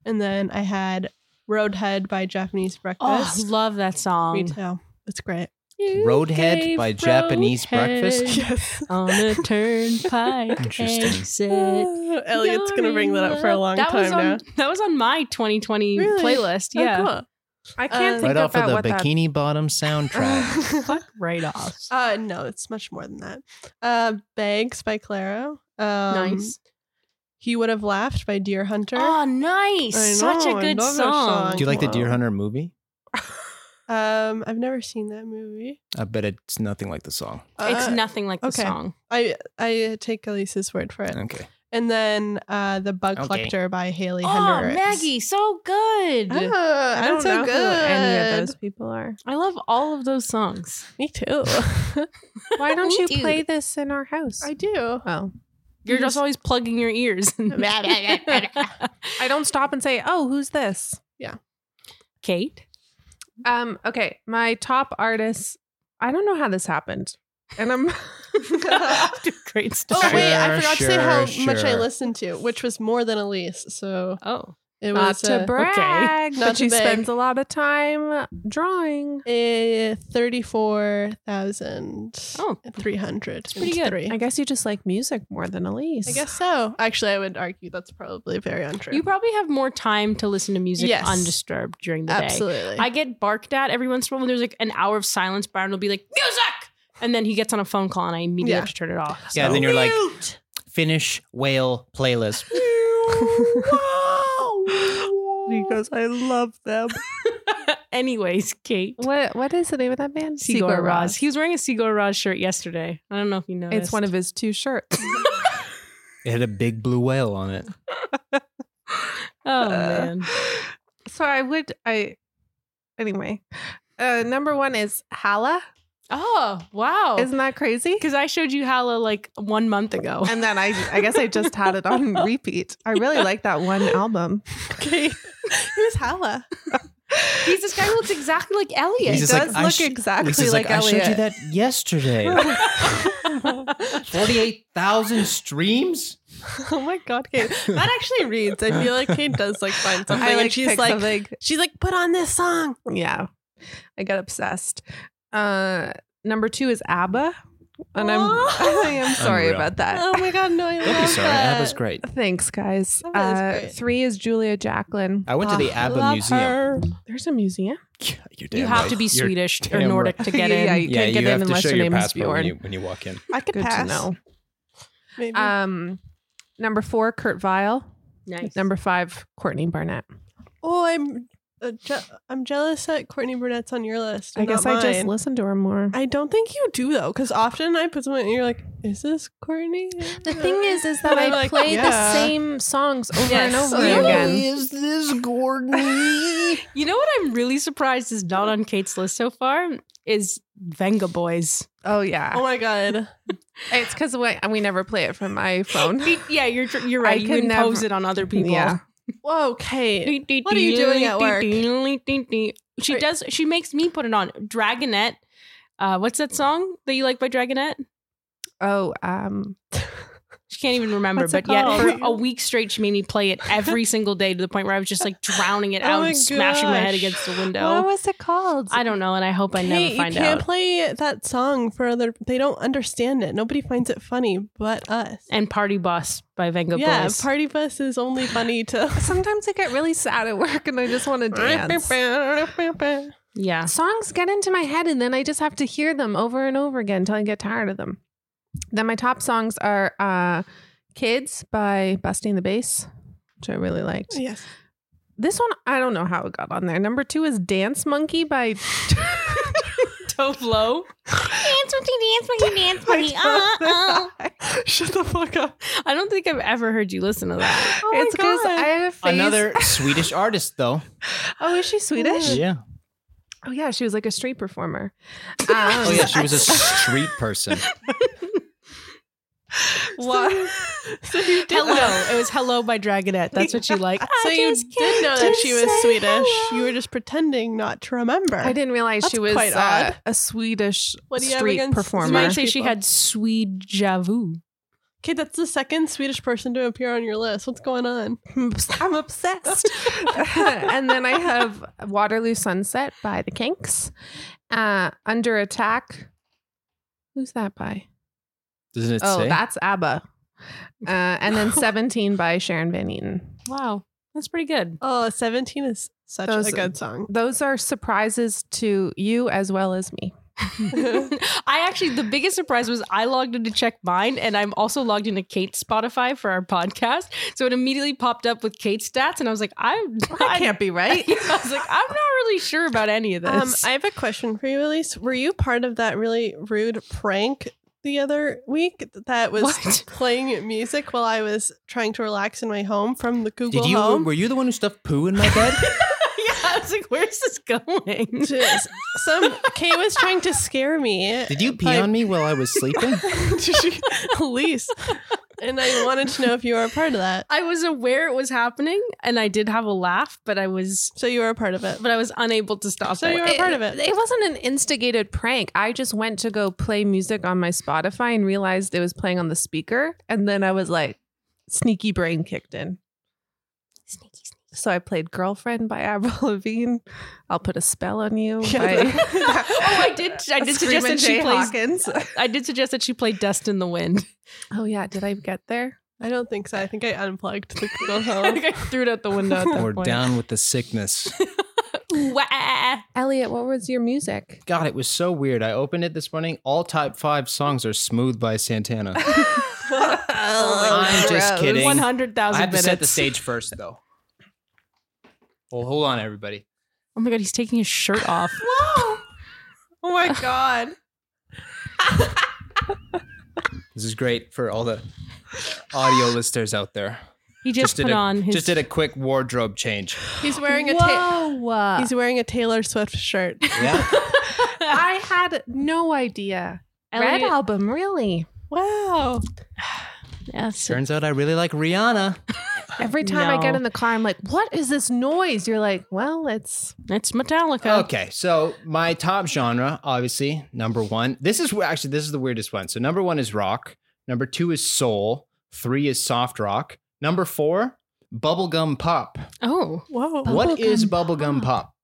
B: And then I had Roadhead by Japanese
E: oh,
B: Breakfast.
E: love that
B: Me
E: song.
B: too. It's great.
E: You
D: Roadhead
E: gave
D: by Japanese
E: Roadhead
D: Breakfast.
B: Yes.
E: on a turnpike
D: Interesting.
E: exit.
B: Elliot's gonna bring that up for a long
E: That
B: time
E: was on,
B: now.
E: That was on my 2020
B: Really?
E: playlist.
B: Oh,
E: Yeah,
B: cool.
C: I can't
B: Uh,
C: think
D: right off
C: about
D: of the
C: what that
D: Bikini Bottom soundtrack.
E: fuck right off.
B: Uh, no, it's much more than that. Uh, Bags by Claro. Um,
E: nice.
B: He would have laughed by Deer Hunter.
C: Ah.
E: Oh, nice!
B: Um, I
E: Such
B: know,
E: a
B: I
E: good
B: love that
E: song.
B: song.
D: Do you like the Deer
B: Wow.
D: Hunter movie?
B: Um, I've never seen that movie.
D: I bet it's nothing like the song.
E: It's
B: Uh,
E: nothing like the
B: okay.
E: song.
B: I I take Elise's word for it.
D: Okay,
B: And then uh, the Bug
D: Okay.
B: Collector by Haley
E: Oh,
B: Hendricks.
E: Maggie, so good.
B: Ah,
C: Ah, I don't
B: that's so
C: know who any of
B: good.
C: those people are.
E: I love all of those songs.
B: Me too.
C: Why don't
E: Me
C: you
E: too.
C: play this in our house?
B: I do.
C: oh,
E: You're
B: You
E: just,
B: just-
E: always plugging your ears.
C: I don't stop and say, "Oh, who's this?"
E: Kate?
C: Um, okay, my top artist. I don't know how this happened, and I'm
E: Great
B: Oh
E: stuff.
B: wait, I
D: Sure,
B: forgot to say how
D: sure,
B: much I
D: sure.
B: listened to, which was more than Elise. So
E: Oh.
B: It
C: Not
B: was
C: to
B: uh,
C: brag,
B: Not
C: but
B: to
C: she
B: brag.
C: spends a lot of time drawing.
B: a Eh, thirty-four thousand
E: Oh.
B: three hundred.
E: pretty good.
B: Three.
C: I guess you just like music more than Elise.
B: I guess so. Actually, I would argue that's probably very untrue.
E: You probably have more time to listen to music
B: Yes.
E: undisturbed during the day.
B: Absolutely.
E: I get barked at every once in a while when there's like an hour of silence. Byron will be like, music! And then he gets on a phone call and I immediately
B: Yeah.
E: have to turn it off.
D: Yeah, and then you're like,
B: Mute!
D: finish whale playlist.
B: because I love them.
E: Anyways, Kate.
C: What What is the name of that band?
E: Sigur Rós. He was wearing a Sigur Rós shirt yesterday. I don't know if you know.
C: It's one of his two shirts.
D: It had a big blue whale on it.
E: Oh man.
C: So I would I anyway. Uh, number one is Hala.
E: Oh wow.
C: Isn't that crazy?
E: Because I showed you Hala like one month ago.
C: And then I I guess I just had it on repeat. I really like that one album.
B: Okay. Who's Hala?
E: He's this guy who looks exactly like Elliot.
D: He's
C: It
D: just like,
C: does
D: I
C: look
D: sh-
C: exactly like,
D: I
C: Elliot.
D: showed you that yesterday. Forty-eight thousand streams.
B: Oh my god, Kate. That actually reads. I feel like Kate does like find something.
C: I
B: and
C: like
B: she's
C: picked
B: like
C: something.
B: she's like, put on this song.
C: Yeah. I got obsessed. Uh number two is ABBA. And I'm
B: Aw.
C: I am sorry
D: Unreal.
C: about that.
B: Oh my god, no, I
D: Don't be
B: love
D: sorry.
B: that.
C: Uh,
D: That was great.
C: Thanks, guys.
B: That was
C: Uh,
B: great.
C: three is Julia Jacqueline.
D: I went to the ABBA museum.
C: There's a museum.
D: You're damn
E: You have
D: right.
E: to be
D: You're-
E: Swedish or
D: damn
E: Nordic to get in.
C: yeah, you
D: yeah,
C: can't get
D: you
C: in
D: have to
C: unless
D: show
C: your
D: your
C: name is
D: passport when
C: Bjorn.
D: you, when you walk in.
B: I could
C: Good
B: pass.
C: to know.
B: Maybe.
C: Um, number four, Kurt Vile.
E: Nice.
C: Number five, Courtney Barnett.
B: oh, I'm uh, je- I'm jealous that Courtney Burnett's on your list.
C: I
B: and
C: guess
B: not
C: I just
B: mine.
C: listened to her more.
B: I don't think you do though, because often I put someone and you're like, "Is this Courtney?"
C: The thing is, is that
B: And
C: I
B: I'm like,
C: play the
B: "Yeah."
C: same songs over
E: Yes.
C: and over
E: Yeah.
C: again.
D: Is this Gordon?
E: You know what I'm really surprised is not on Kate's list so far is Venga Boys.
C: Oh yeah,
B: Oh my god,
C: it's because we, we never play it from my phone.
E: Be- Yeah, you're tr- you're
C: I
E: right. you
C: could
E: impose
C: never-
E: it on other people.
C: yeah,
B: whoa, Kate. What are you doing at work?
E: She does. She makes me put it on. Dragonette. Uh, what's that song that you like by Dragonette?
C: oh um,
E: She can't even remember,
C: What's
E: but
C: it
E: yet for
B: called?
E: a week straight, she made me play it every single day to the point where I was just like drowning it
B: Oh
E: out
B: my
E: and smashing my head
B: gosh.
E: against the
C: what
E: window.
C: was it called?
E: I don't know, and I hope I
B: Kate,
E: never find
B: you can't
E: out.
B: play that song for other. They don't understand it. Nobody finds it funny but us.
E: and Party Bus by Venga
B: yeah,
E: Boys.
B: party bus is only funny to.
C: Sometimes I get really sad at work and I just want to dance.
E: yeah.
C: Songs get into my head and then I just have to hear them over and over again until I get tired of them. Then my top songs are uh, Kids by Busting the Bass, which I really liked.
B: yes.
C: This one, I don't know how it got on there. Number two is Dance Monkey by.
E: Toe blow.
F: Dance monkey, dance monkey, dance monkey.
C: I don't
F: Uh-uh.
C: know why. Shut the fuck up.
E: Uh, I don't think I've ever heard you listen to that.
B: Oh my
C: it's because
B: God.
C: I had a phase.
D: Another Swedish artist, though.
C: Oh, is she Swedish?
D: Yeah.
C: Oh, yeah. She was like a street performer. Um,
D: Oh yeah, she was a street person.
C: Why-
E: Hello. It was Hello by Dragonette. That's what you like.
B: So you
E: just
B: did know that
E: just
B: she was
E: say
B: Swedish.
E: hello.
B: You were just pretending not to remember.
C: I didn't realize she
B: That's
C: was
B: quite
C: uh,
B: odd.
C: a Swedish
B: What do you have
C: street
B: against
E: You
C: performer.
E: might say she had Swede Javu.
B: Kate, that's the second Swedish person to appear on your list. What's going on?
C: I'm obsessed. and then I have Waterloo Sunset by the Kinks. Uh, Under Attack. Who's that by?
D: Doesn't it
C: oh,
D: say?
C: that's ABBA. Uh, and then 17 by Sharon Van Eaton.
E: Wow. That's pretty good.
B: Oh, 17 is such
C: Those-
B: a good song.
C: Those are surprises to you as well as me.
E: I actually, the biggest surprise was I logged in to check mine, and I'm also logged into Kate's Spotify for our podcast. So it immediately popped up with Kate's stats, and I was like, I'm, I
C: be right.
E: I was like, I'm not really sure about any of
B: Um,
E: this.
B: I have a question for you, Elise. Were you part of that really rude prank the other week that was
E: What?
B: playing music while I was trying to relax in my home from the Google
D: Did you?
B: Home?
D: Were you the one who stuffed poo in my bed?
E: yeah, I was like, where's this going?
B: to s- some Kay was trying to scare me.
D: Did you pee
B: by-
D: on me while I was sleeping?
B: Elise? And I wanted to know if you were a part of that.
E: I was aware it was happening, and I did have a laugh, but I was,
B: So you were a part of it.
E: but I was unable to stop
B: So
E: it.
B: you were a part of
C: It wasn't an instigated prank. I just went to go play music on my Spotify and realized it was playing on the speaker. And then I was like, sneaky brain kicked in.
F: Sneaky, sneaky.
C: So I played Girlfriend by Avril Lavigne. I'll put a spell on you.
B: Yeah,
C: by-
E: Oh, I did- I did suggest that
C: Screamin'
E: she
C: Jay
E: plays-
C: Hawkins.
E: I did suggest that she play Dust in the Wind.
C: Oh yeah, did I get there?
B: I don't think so. I think I unplugged the Google
E: I
B: Home.
E: think I threw it out the window at that
D: Or
E: point.
D: down with the sickness.
E: Wah.
C: Elliot, what was your music?
D: God, it was so weird. I opened it this morning. All type five songs are smooth by Santana.
B: Oh
D: I'm just kidding.
E: Oh, One
D: I
E: hundred thousand
D: have to
E: minutes.
D: set the stage first, though. Well, hold on, everybody.
E: Oh my god, he's taking his shirt off.
B: Whoa! Oh my god.
D: This is great for all the audio listeners out there.
E: He just,
D: did
E: put
D: a,
E: on his.
D: just did a quick wardrobe change.
B: He's wearing a ta-
C: Whoa!
B: he's wearing a Taylor Swift shirt.
D: Yeah.
C: I had no idea.
E: Elliot-
C: Red album, really?
B: Wow.
E: Yes.
D: Turns out I really like Rihanna.
C: Every time I get
E: No.
C: in the car, I'm like, "What is this noise?" You're like, "Well, it's
E: It's Metallica.
D: Okay, so my top genre, obviously, number one. This is where actually this is the weirdest one. So number one is rock. Number two is soul. Three is soft rock. Number four, bubblegum pop.
E: Oh,
B: Whoa.
D: what is
C: Bubblegum
D: bubblegum pop?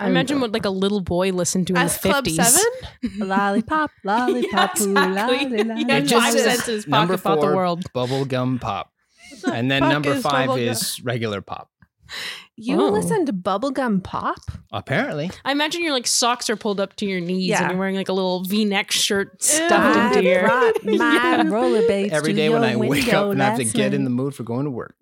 E: I
C: Oh.
E: imagine what like a little boy listened to in
B: S
E: the
B: Club
E: fifties.
B: Seven?
C: lollipop, lollipop, ooh,
E: exactly.
C: la, la,
E: He
C: la,
E: had
D: It just
E: five
D: says
E: cents in his pocket
D: number
E: about the
D: four.
E: world.
D: Bubblegum pop. And then
B: fuck
D: number
B: is
D: five
B: bubblegum?
D: is regular pop.
C: You
E: Oh.
C: listen to bubblegum pop?
D: Apparently,
E: I imagine your like socks are pulled up to your knees
C: Yeah.
E: and you're wearing like a little V-neck shirt
B: Dumped
C: I
E: stuffed into your.
C: brought my rollerblades
D: every
C: to
D: day when
C: your
D: I wake
C: window
D: up and I have to
C: last
D: get in
C: night.
D: the mood for going to work.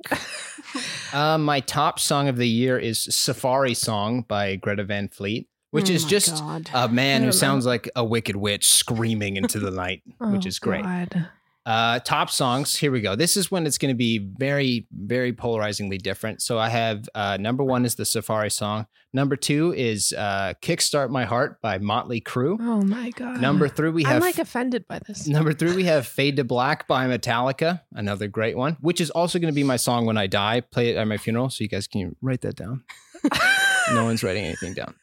D: Uh, my top song of the year is "Safari Song" by Greta Van Fleet, which
E: Oh
D: is
E: my
D: just uh,
E: God.
D: a man who
C: I don't know.
D: sounds like a wicked witch screaming into the night, which
C: Oh,
D: is great.
C: God.
D: Uh, top songs. Here we go. This is when it's going to be very, very polarizingly different. So I have uh, number one is the Safari song. Number two is uh, "Kickstart My Heart" by Motley Crue.
C: Oh my god.
D: Number three we
C: I'm
D: have
C: like offended by this.
D: Number three, we have Fade to Black by Metallica, another great one, which is also going to be my song when I die. Play it at my funeral, so you guys can write that down. no one's writing anything down.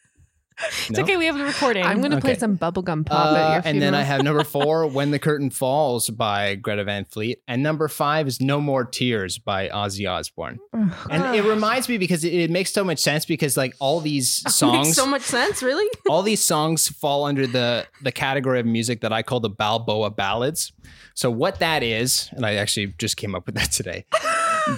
E: It's
D: No?
E: okay, we have the recording.
C: I'm gonna play
D: Okay.
C: some bubblegum pop at
D: Uh,
C: your funeral.
D: and then I have number four, When the Curtain Falls by Greta Van Fleet. And number five is No More Tears by Ozzy Osbourne.
C: Oh,
D: And it reminds me because it, it makes so much sense because, like, all these songs,
E: Makes so much sense, really.
D: all these songs fall under the the category of music that I call the Balboa ballads. So what that is, and I actually just came up with that today.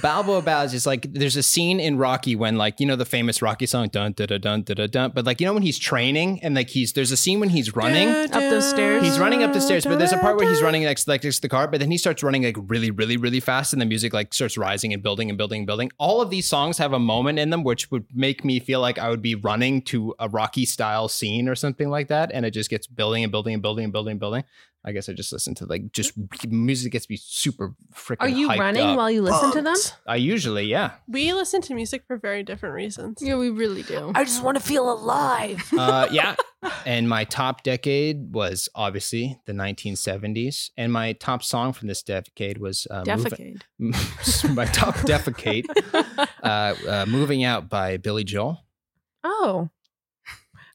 D: Balboa ballads is like there's a scene in Rocky when like you know the famous Rocky song dun da da dun da da dun, but like you know when he's training and like he's there's a scene when he's running.
E: Up those stairs.
D: He's running up the stairs, but there's a part where he's running next like next to the car, but then he starts running like really, really, really fast, and the music like starts rising and building and building and building. All of these songs have a moment in them which would make me feel like I would be running to a Rocky style scene or something like that, and it just gets building and building and building and building and building. I guess I just listen to like just music gets me super freaking.
C: Are you
D: hyped
C: running
D: up.
C: while you listen to them?
D: I usually yeah.
B: We listen to music for very different reasons.
E: Yeah, we really do.
C: I just want to feel alive.
D: uh, yeah. And my top decade was obviously the 1970s, and my top song from this decade was uh, Movin-
E: Defecate.
D: my top defecate uh, uh, moving out by billy joel
C: Oh,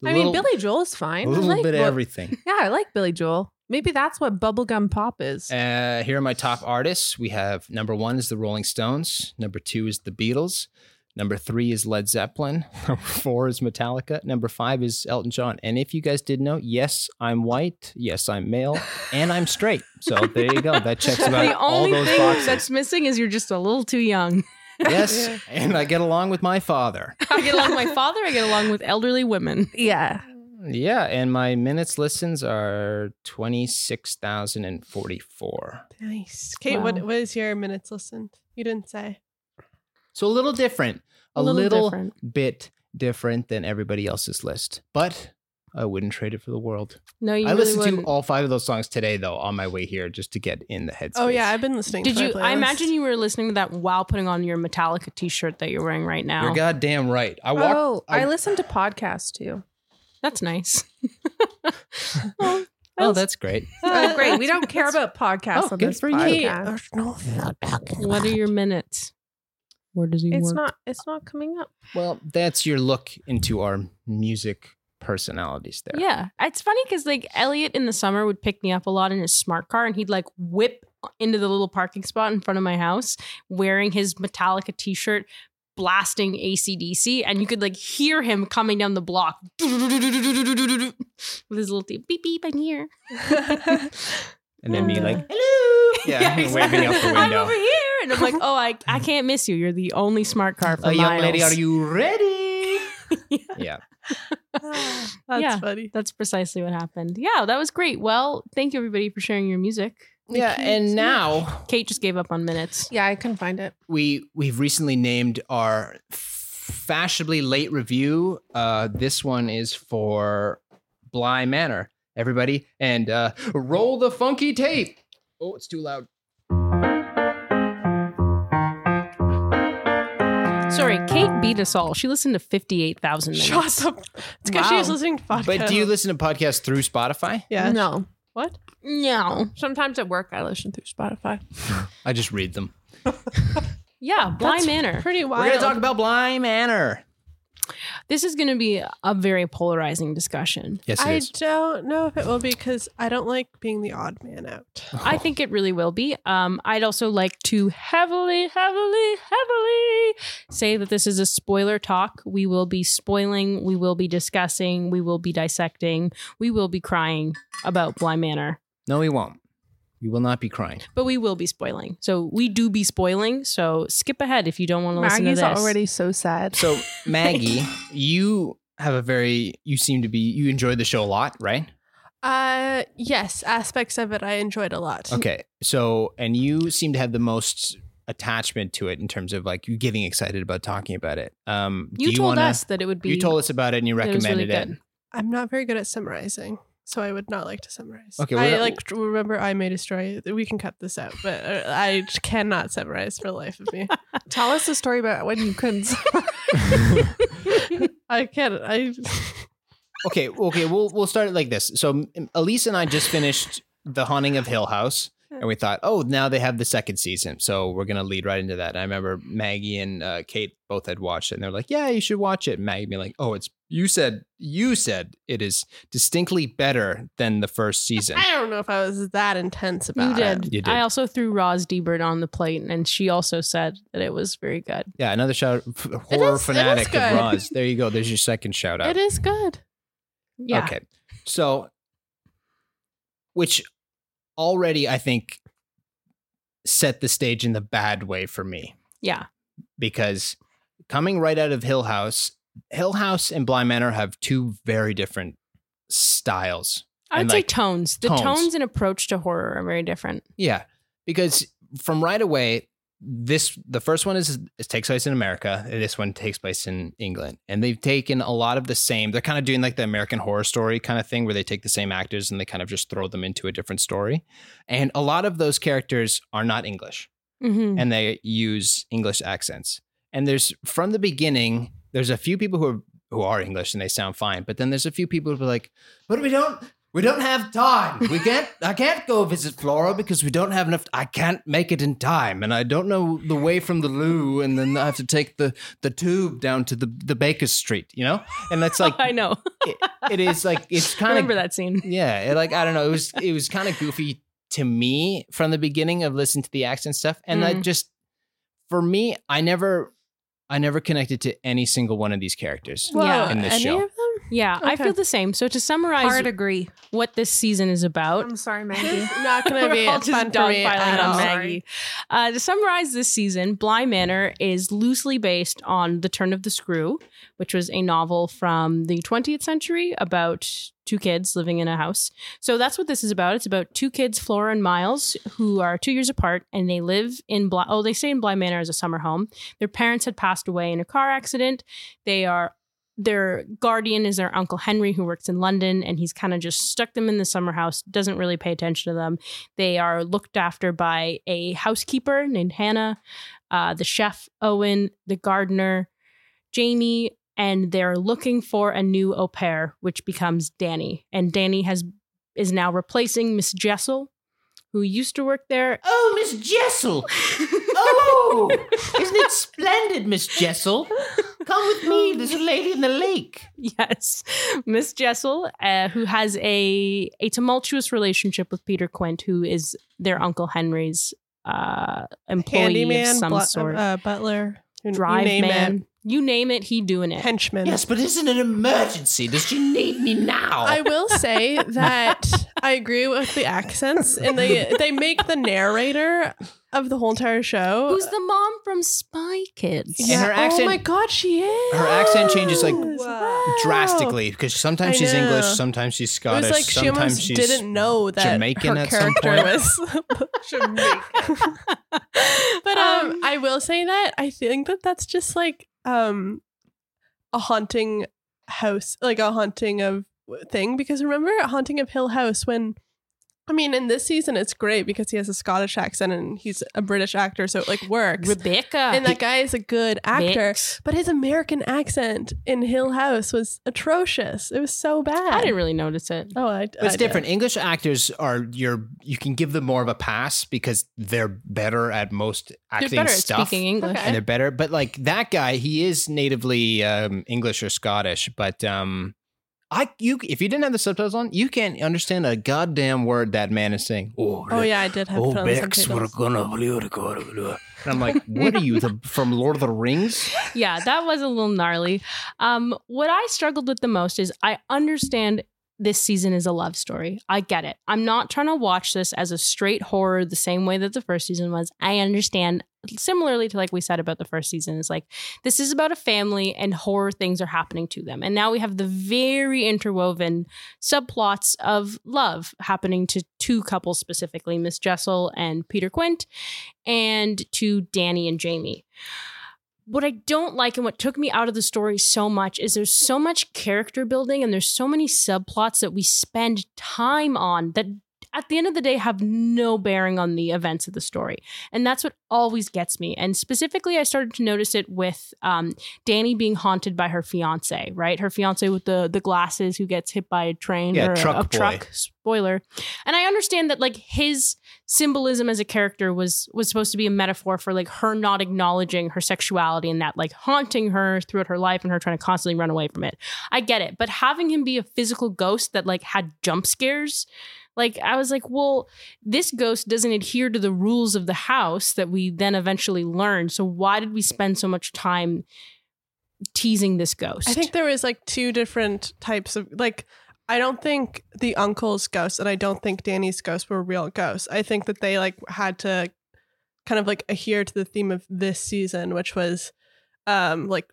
D: A
C: I
D: little-
C: mean, Billy Joel's fine.
D: a
C: I
D: little
C: like
D: bit of
C: Bo-
D: everything
C: Yeah, I like Billy Joel. Maybe that's what bubblegum pop is.
D: uh, here are my top artists we have number one is the rolling stones number two is the beatles number three is led zeppelin number four is metallica number five is elton john and if you guys did know yes i'm white yes i'm male and i'm straight so there you go that checks about
E: the
D: all
E: only
D: those
E: thing
D: boxes
E: that's missing is you're just a little too young.
D: yes and i get along with my father
E: I get along with my father. I get along with elderly women.
C: yeah.
D: Yeah, and my minutes listens are 26,044.
B: Nice. Kate, what,
E: Wow.
B: what is your minutes listened? You didn't say.
D: So a little different, a, little,
E: different.
D: bit different than everybody else's list, but I wouldn't trade it for the world.
E: No, you
D: I
E: really
D: listened
E: wouldn't.
D: to all five of those songs today, though, on my way here just to get in the headspace.
B: Oh yeah, I've been listening.
E: Did
B: to my
E: you? I
B: playlist.
E: imagine you were listening to that while putting on your Metallica T-shirt that you're wearing right now.
D: You're goddamn right. I walked.
C: Oh, I,
D: I-
C: listen to podcasts too.
E: That's nice.
D: Oh, that's great.
C: Oh, great. We don't care about podcasts
D: Oh,
C: on
D: good
C: this
D: for you.
B: Kate,
C: podcast.
B: there's no
E: What are your minutes? Where does he
C: It's
E: work?
C: not. It's not coming up.
D: Well, that's your look into our music personalities there.
E: Yeah, it's funny because like Elliot in the summer would pick me up a lot in his smart car, and he'd like whip into the little parking spot in front of my house wearing his Metallica T-shirt, blasting ACDC, and you could like hear him coming down the block with his little beep beep. I'm here.
D: And then me like,
E: Hello.
D: Yeah, waving out the
E: I'm
D: window.
E: over here, and I'm like, oh, I, I can't miss you. You're the only smart car for
D: "Uh, young
E: miles.
D: lady, are you ready?
E: Yeah.
D: yeah.
B: That's
E: Yeah.
B: funny.
E: That's precisely what happened. Yeah, that was great. Well, thank you everybody for sharing your music.
D: Yeah. And now
E: Kate just gave up on minutes.
C: Yeah, I couldn't find it.
D: we we've recently named our fashionably late review. Uh, this one is for Bly Manor, everybody, and uh, roll the funky tape. Oh, it's too loud.
E: Sorry, Kate beat us all. She listened to 58,000 minutes.
B: Shut up. It's because she was
C: Wow.
B: listening to podcasts.
D: But do you listen to podcasts through Spotify?
B: Yeah.
C: No.
B: What?
E: No.
C: Sometimes at work I listen through Spotify.
D: I just read them.
E: Yeah, Bly
B: That's
E: Manor.
B: Pretty wild.
D: We're gonna talk about Bly Manor.
E: This is going to be a very polarizing discussion.
D: Yes, it
B: I
D: is.
B: don't know if it will be because I don't like being the odd man out.
E: I think it really will be. Um, I'd also like to heavily, heavily, heavily say that this is a spoiler talk. We will be spoiling, we will be discussing, we will be dissecting, we will be crying about Bly Manor,
D: No, he won't. You will not be crying.
E: but we will be spoiling. So we do be spoiling. So skip ahead if you don't want to listen to
C: Maggie's
E: this.
C: already so sad.
D: So Maggie, you have a very you seem to be you enjoyed the show a lot, right?
B: Uh, yes, aspects of it I enjoyed a lot.
D: Okay. So and you seem to have the most attachment to it in terms of like you getting excited about talking about it. Um
E: you,
D: do you
E: told
D: wanna,
E: us that it would be.
D: you told us about it and you
E: that it was really
D: recommended it.
E: good.
B: I'm not very good at summarizing, so I would not like to summarize.
D: Okay,
B: I
D: well,
B: like tr- remember I made a story. We can cut this out, but uh, I j- cannot summarize for the life of me.
C: Tell us the story about when you couldn't.
B: I can't. I
D: Okay, okay, we'll we'll start it like this. So um, Elise and I just finished The Haunting of Hill House, and we thought, oh, now they have the second season, so we're gonna lead right into that. And I remember Maggie and uh, Kate both had watched it, and they're like, yeah, you should watch it. And Maggie be like, oh, it's you said you said it is distinctly better than the first season.
B: I don't know if I was that intense
E: You
B: about it.
E: did.
D: You did.
E: I also threw Roz Debird on the plate, and she also said that it was very good.
D: Yeah, another shout horror
B: is- it is
D: fanatic
B: good.
D: of Roz. There you go. There's your second shout out.
B: It is good.
E: Yeah.
D: Okay. So, which already I think set the stage in the bad way for me
E: Yeah.
D: because coming right out of Hill House, Hill House and Blind Manor have two very different styles.
E: I would
D: And,
E: say
D: like,
E: tones. The
D: tones.
E: tones. and approach to horror are very different.
D: Yeah. Because from right away, this the first one is it takes place in America, and this one takes place in England. And they've taken a lot of the same. They're kind of doing like the American horror story kind of thing where they take the same actors and they kind of just throw them into a different story. And a lot of those characters are not English
E: Mm-hmm.
D: and they use English accents. And there's from the beginning, there's a few people who are who are English and they sound fine, but then there's a few people who are like, but we don't we don't have time. We can't I can't go visit Flora because we don't have enough I can't make it in time and I don't know the way from the loo and then I have to take the the tube down to the the Baker Street, you know? And that's like
E: I know.
D: it- it is like it's kind of
E: Remember that scene.
D: yeah, it, like I don't know, it was it was kind of goofy to me from the beginning of listening to the accent stuff, and I
E: Mm.
D: just for me, I never, I never connected to any single one of these characters.
E: Well, Yeah.
D: In this
B: any
D: show.
B: of them?
E: Yeah, I
B: Okay.
E: feel the same. So to summarize
C: agree.
E: what this season is about,
C: I'm sorry, Maggie.
B: This is not going to be
E: We're all
B: fun
E: just
B: for me
E: dogpiling
B: at
C: Oh,
B: all.
E: on Maggie. Uh, to summarize this season, Bly Manor is loosely based on The Turn of the Screw, which was a novel from the 20th century about two kids living in a house. So that's what this is about. It's about two kids, Flora and Miles, who are two years apart, and they live in Bly. Oh, they stay in Bly Manor as a summer home. Their parents had passed away in a car accident. They are their guardian is their uncle Henry, who works in London, and he's kind of just stuck them in the summer house, doesn't really pay attention to them. They are looked after by a housekeeper named Hannah, uh, the chef Owen, the gardener Jamie, and they're looking for a new au pair, which becomes Danny. And Danny has is now replacing Miss Jessel, who used to work there.
D: Oh, Miss Jessel! Oh, isn't it splendid, Miss Jessel? Come with me. There's a lady in the lake.
E: Yes, Miss Jessel, uh, who has a a tumultuous relationship with Peter Quint, who is their uncle Henry's uh, employee of
B: Handyman,
E: some
B: blu-
E: sort.
B: uh, butler. You- you
E: drive
B: name
E: man. You name it, he doing
B: it.
E: it.
B: henchman.
D: Yes, but isn't an emergency? Does she need me now?
B: I will say that I agree with the accents, and they they make the narrator of the whole entire show.
E: Who's the mom from Spy Kids?
D: And her accent-
B: Oh my god, she is.
D: Her accent changes, like,
B: Wow.
D: Drastically, because sometimes
B: I
D: she's English,
B: know.
D: sometimes she's
B: It
D: Scottish,
B: was like she
D: sometimes
B: almost
D: she's
B: didn't know that
D: Jamaican
B: her
D: at some
B: character
D: point.
B: was Jamaican.
E: but
B: But um, I will say that I think that that's just like um, a haunting house, like a haunting of thing. Because remember, haunting of Hill House when. I mean, in this season, it's great because he has a Scottish accent and he's a British actor, so it like works.
E: Rebecca.
B: and that guy is a good actor,
E: Vix.
B: but his American accent in Hill House was atrocious. It was so bad.
E: I didn't really notice it.
B: Oh, I,
D: But it's different. English actors are your you can give them more of a pass because they're better at most
E: You're
D: acting
E: better at
D: stuff.
E: speaking English.
D: and they're better. But like that guy, he is natively um, English or Scottish. But um, I you if you didn't have the subtitles on, you can't understand a goddamn word that man is saying. Oh,
B: Oh yeah, I did have.
D: oh,
B: put on
D: Bex, we're
B: subtitles.
D: gonna. And I'm like, what are you the, from Lord of the Rings?
E: yeah, that was a little gnarly. Um, what I struggled with the most is I understand this season is a love story. I get it. I'm not trying to watch this as a straight horror the same way that the first season was. I understand similarly to like we said about the first season is like this is about a family and horror things are happening to them. And now we have the very interwoven subplots of love happening to two couples specifically, Miss Jessel and Peter Quint, and to Danny and Jamie what I don't like and what took me out of the story so much is there's so much character building and there's so many subplots that we spend time on that at the end of the day have no bearing on the events of the story. And that's what always gets me. And specifically, I started to notice it with um, Danny being haunted by her fiance, right? Her fiance with the, the glasses who gets hit by a train
D: Yeah,
E: or a-
D: truck
E: a
D: boy.
E: truck. Spoiler. And I understand that like his symbolism as a character was was supposed to be a metaphor for like her not acknowledging her sexuality and that like haunting her throughout her life and her trying to constantly run away from it. I get it, but having him be a physical ghost that like had jump scares, like I was like, well, this ghost doesn't adhere to the rules of the house that we then eventually learned. So why did we spend so much time teasing this ghost?
B: I think there was like two different types of like. I don't think the uncle's ghosts and I don't think Danny's ghosts were real ghosts. I think that they like had to kind of like adhere to the theme of this season, which was um like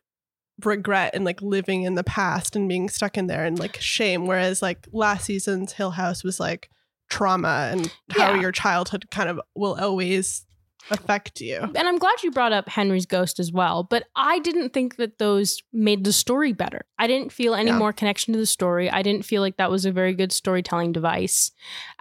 B: regret and like living in the past and being stuck in there and like shame. Whereas like last season's Hill House was like trauma and how
E: Yeah.
B: your childhood kind of will always affect you.
E: and I'm glad you brought up Henry's ghost as well, but I didn't think that those made the story better. I didn't feel any
B: Yeah.
E: more connection to the story. I didn't feel like that was a very good storytelling device.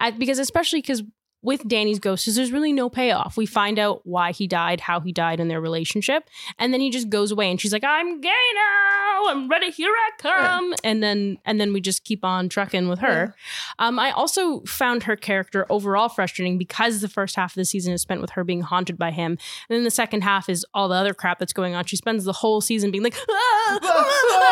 E: At, because especially because with Danny's ghosts, there's really no payoff. We find out why he died, how he died in their relationship, and then he just goes away and she's like, I'm gay now, I'm ready, here I come. And then and then we just keep on trucking with her. Um, I also found her character overall frustrating because the first half of the season is spent with her being haunted by him. And then the second half is all the other crap that's going on. She spends the whole season being like,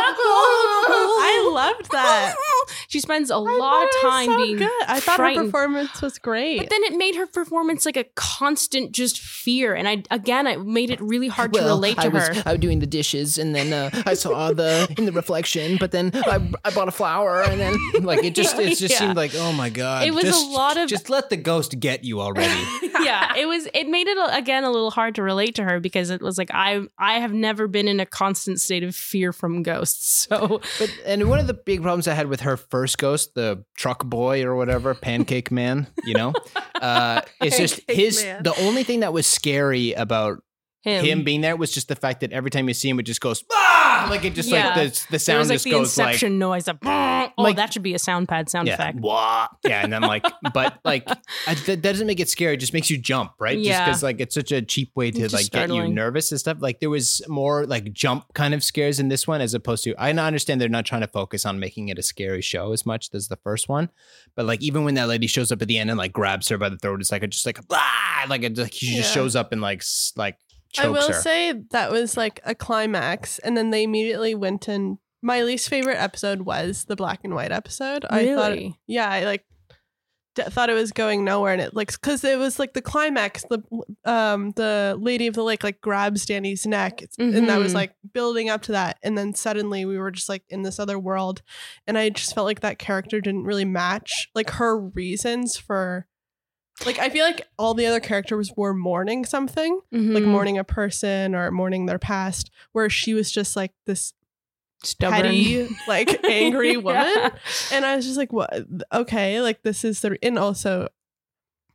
B: I
E: I
B: loved that.
E: She spends a
B: I
E: lot of
B: thought it was
E: time
B: so
E: being
B: good. I thought her
E: frightened.
B: performance was great.
E: But then it made her performance like a constant just fear. And I again it made it really hard to
D: Well,
E: relate to
D: I was,
E: her.
D: I was doing the dishes, and then uh, I saw the in the reflection. But then I, I bought a flower, and then like it just it just
E: Yeah.
D: seemed like oh my god,
E: It was a
D: just-
E: lot of-
D: just let the ghost get you already.
E: yeah, it was. It made it again a little hard to relate to her because it was like I I have never been in a constant state of fear from ghosts. So
D: But and one of the big problems I had with her first ghost, the truck boy or whatever, pancake man, you know, uh, it's just
B: Pancake
D: his.
B: man.
D: The only thing that was scary about
E: him,
D: him. being there was just the fact that every time you see him, it just goes ah, like it just
E: Yeah.
D: like the the
E: there
D: sound
E: was like
D: just
E: the
D: goes like
E: inception noise. Of, oh,
D: Like-
E: that should be a sound pad sound
D: yeah,
E: effect.
D: wah. yeah, and I'm like, but like I, that that doesn't make it scary. It just makes you jump, right? Just
E: Yeah.
D: because like it's such a cheap way to
E: Just
D: like get you
E: startling.
D: nervous and stuff. Like there was more like jump kind of scares in this one as opposed to. I understand they're not trying to focus on making it a scary show as much as the first one, but like even when that lady shows up at the end and like grabs her by the throat, it's like a, just like ah, like it, like, she just
B: Yeah.
D: shows up and like s- like chokes
B: I will
D: her.
B: say that was like a climax, and then they immediately went in. My least favorite episode was the black and white episode. I thought,
E: Really?
B: yeah, I like d- thought it was going nowhere, and it like because it was like the climax. The um the lady of the lake like grabs Danny's neck, it's, and that was
E: Mhm.
B: like building up to that, and then suddenly we were just like in this other world, and I just felt like that character didn't really match like her reasons for. Like I feel like all the other characters were mourning something,
E: Mm-hmm.
B: like mourning a person or mourning their past, where she was just like this
C: Stubborn.
B: petty, like angry
E: Yeah.
B: woman. And I was just like, what? Okay, like this is the, and also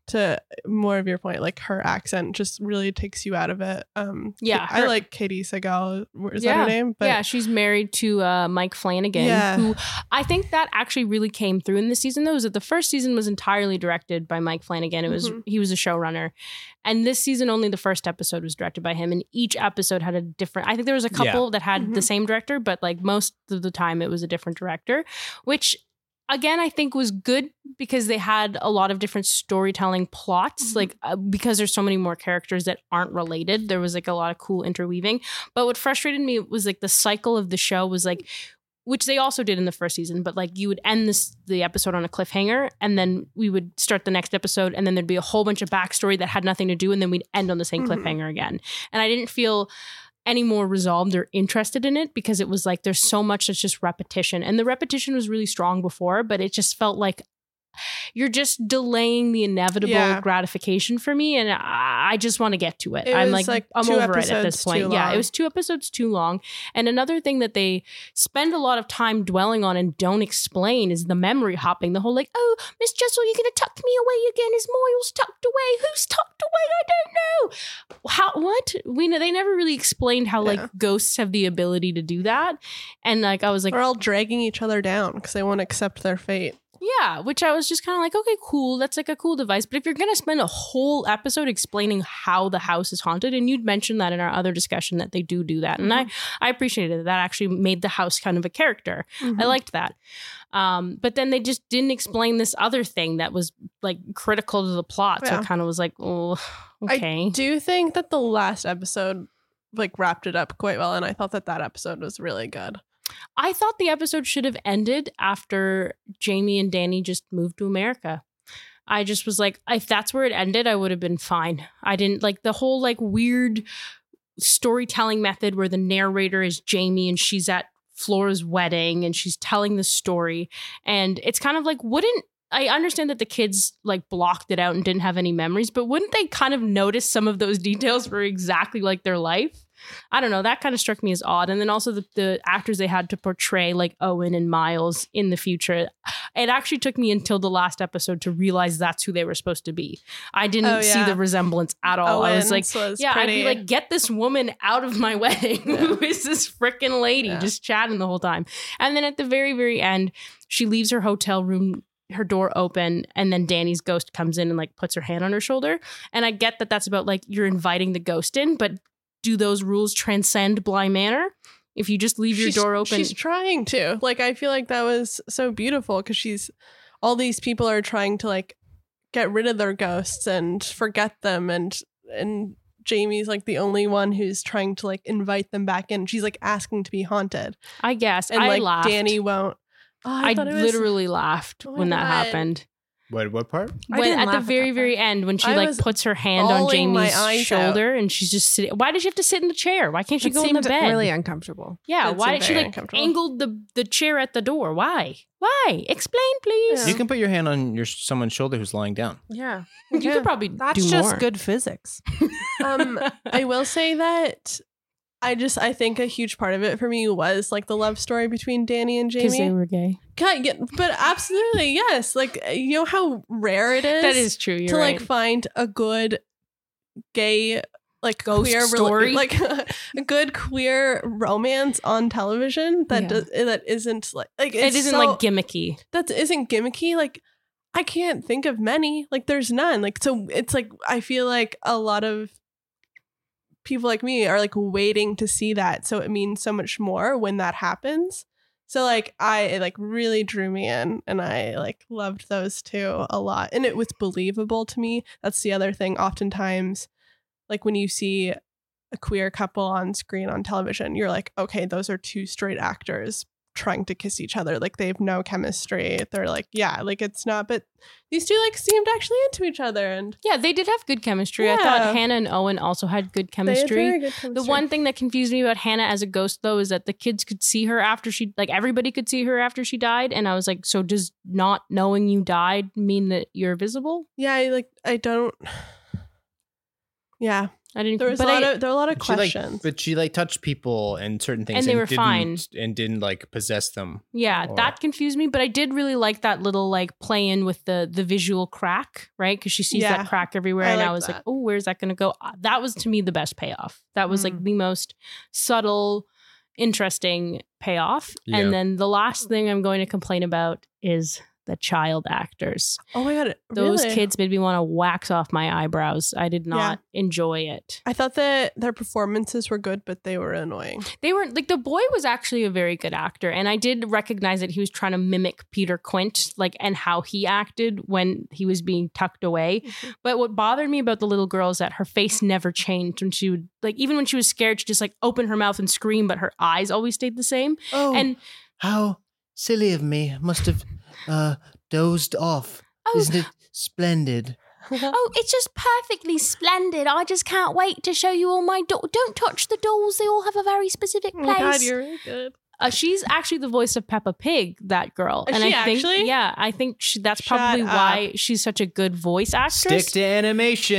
B: to more of your point, like her accent just really takes you out of it. Um,
E: Yeah,
B: I
E: her-
B: like Katie Segal. Is that
E: Yeah,
B: her name?
E: yeah, she's married to uh, Mike Flanagan,
B: Yeah.
E: who I think that actually really came through in this season. Though, is that the first season was entirely directed by Mike Flanagan. It was
B: Mhm.
E: he was a showrunner, and this season only the first episode was directed by him. And each episode had a different. I think there was a
D: Yeah.
E: couple that had the
B: Mhm.
E: same director, but like most of the time it was a different director, which. Again, I think was good because they had a lot of different storytelling plots.
B: Mhm.
E: Like uh, because there's so many more characters that aren't related, there was like a lot of cool interweaving. But what frustrated me was like the cycle of the show was like, which they also did in the first season, but like you would end this the episode on a cliffhanger, and then we would start the next episode, and then there'd be a whole bunch of backstory that had nothing to do, and then we'd end on the same
B: Mhm.
E: cliffhanger again. And I didn't feel any more resolved or interested in it because it was like there's so much that's just repetition, and the repetition was really strong before, but it just felt like you're just delaying the inevitable
B: Yeah.
E: gratification for me, and I, I just want to get to it.
B: It
E: I'm
B: was,
E: like,
B: like,
E: I'm
B: two
E: over it at this
B: episodes too
E: point. Yeah, it
B: long.
E: was two episodes too long. And another thing that they spend a lot of time dwelling on and don't explain is the memory hopping. The whole like, oh, Miss Jessel, you're gonna tuck me away again. Is Moyle's tucked away? Who's tucked away? I don't know. How? What? We know they never really explained how
B: Yeah.
E: like ghosts have the ability to do that. And like, I was like,
B: We're all dragging each other down because they won't accept their fate.
E: yeah, which I was just kind of like, okay, cool. That's like a cool device. But if you're going to spend a whole episode explaining how the house is haunted, and you'd mentioned that in our other discussion that they do do that. And I, I appreciated that. That actually made the house kind of a character.
B: Mm-hmm.
E: I liked that. Um, but then they just didn't explain this other thing that was like critical to the plot. So
B: Yeah.
E: it kind of was like, oh,
B: I
E: okay.
B: Do you think that the last episode like wrapped it up quite well? And I thought that that episode was really good.
E: I thought the episode should have ended after Jamie and Danny just moved to America. I just was like, if that's where it ended, I would have been fine. I didn't like the whole like weird storytelling method where the narrator is Jamie and she's at Flora's wedding and she's telling the story. And it's kind of like, wouldn't I understand that the kids like blocked it out and didn't have any memories, but wouldn't they kind of notice some of those details were exactly like their life? I don't know. That kind of struck me as odd. And then also the, the actors they had to portray like Owen and Miles in the future. It actually took me until the last episode to realize that's who they were supposed to be. I didn't
B: Oh,
E: see
B: yeah.
E: the resemblance at all. I was like,
B: Owens was
E: yeah, I'd
B: pretty-
E: be like, get this woman out of my wedding. Who is this freaking lady
B: Yeah.
E: just chatting the whole time? And then at the very, very end, she leaves her hotel room, her door open, and then Danny's ghost comes in and like puts her hand on her shoulder. And I get that that's about like you're inviting the ghost in, but do those rules transcend Bly Manor? If you just leave your
B: She's-
E: door open,
B: She's trying to. Like I feel like that was so beautiful because she's all these people are trying to like get rid of their ghosts and forget them and and Jamie's like the only one who's trying to like invite them back in. She's like asking to be haunted.
E: I guess.
B: And
E: I
B: like
E: laughed.
B: Danny won't. Oh,
E: I,
B: thought it was-
E: literally laughed
B: Oh my
E: when that
B: God.
E: happened.
D: What what part?
C: I
E: When
C: didn't
E: at
C: laugh
E: the
C: at
E: very,
C: that
E: very end, when she
B: I
E: like
B: was
E: puts her hand on
B: bawling my
E: Jamie's
B: eyes out.
E: shoulder and she's just sitting. Why does she have to sit in the chair? Why can't she
C: It
E: go in the
C: seemed
E: bed?
C: really uncomfortable.
E: yeah,
B: It
E: why
B: seemed
E: did she
B: very
E: like
B: uncomfortable.
E: angled the the chair at the door? Why? Why? Explain, please.
B: Yeah.
D: You can put your hand on your someone's shoulder who's lying down.
C: Yeah,
E: You
C: Yeah.
E: could probably
C: that's
E: do
C: just
E: more.
C: good physics.
B: Um, I will say that I just I think a huge part of it for me was like the love story between Danny and
E: because
B: Jamie.
E: they were gay.
B: God, yeah, but absolutely yes. Like uh, you know how rare it is.
E: That is true. You're
B: to
E: right.
B: like find a good gay like
E: Ghost
B: queer rela-
E: story?
B: like a good queer romance on television that
E: Yeah.
B: does that isn't like like
E: it
B: it's
E: isn't
B: so-
E: like gimmicky.
B: that isn't gimmicky like I can't think of many like there's none like so it's like I feel like a lot of people like me are like waiting to see that so it means so much more when that happens so like I it like really drew me in and I like loved those two a lot and it was believable to me that's the other thing oftentimes like when you see a queer couple on screen on television you're like okay those are two straight actors trying to kiss each other. Like they have no chemistry. They're like, yeah, like it's not. But these two like seemed actually into each other, and
E: Yeah, they did have good chemistry. I thought
B: Yeah.
E: Hannah and Owen also had
B: They
E: good
B: had
E: chemistry.
B: very good chemistry.
E: The one thing that confused me about Hannah as a ghost though is that the kids could see her after she like everybody could see her after she died and I was like so does not knowing you died mean that you're visible?
B: yeah, I, like I don't. Yeah,
E: I didn't
B: there was
E: but
B: a lot
E: I,
B: of there were a lot of
D: She, like,
B: questions.
D: but she like touched people and certain things,
E: And they were
D: didn't,
E: fine.
D: and didn't like possess them.
E: yeah,
D: Or-
E: that confused me, but I did really like that little like play in with the the visual crack, right? Cuz she sees
B: Yeah,
E: that crack everywhere
B: I
E: and I
B: liked
E: was like,
B: that.
E: "Oh, where's that going to go?" Uh, That was to me the best payoff. That was like
C: Mm.
E: the most subtle interesting payoff.
D: Yeah.
E: And then the last thing I'm going to complain about is the child actors.
B: oh my god,
E: Those
B: really?
E: kids made me want to wax off my eyebrows. I did not enjoy it.
B: I thought that their performances were good, but they were annoying.
E: They were like the boy was actually a very good actor, and I did recognize that he was trying to mimic Peter Quint, like and how he acted when he was being tucked away.
B: Mm-hmm.
E: But what bothered me about the little girl is that her face never changed when she would like even when she was scared, she just like opened her mouth and screamed, but her eyes always stayed the same.
B: Oh,
E: And
D: How silly of me! Must have uh, dozed off.
E: I was
D: Isn't it splendid?
F: Oh, it's just perfectly splendid. I just can't wait to show you all my dolls. Don't touch the dolls. They all have a very specific
B: oh
F: place.
B: my god, you're really good.
E: Uh, she's actually the voice of Peppa Pig, that girl.
B: Is
E: and
B: she
E: I think,
B: actually?
E: yeah, I think she, that's
B: Shut
E: probably
B: up.
E: why she's such a good voice actress.
D: Stick to animation.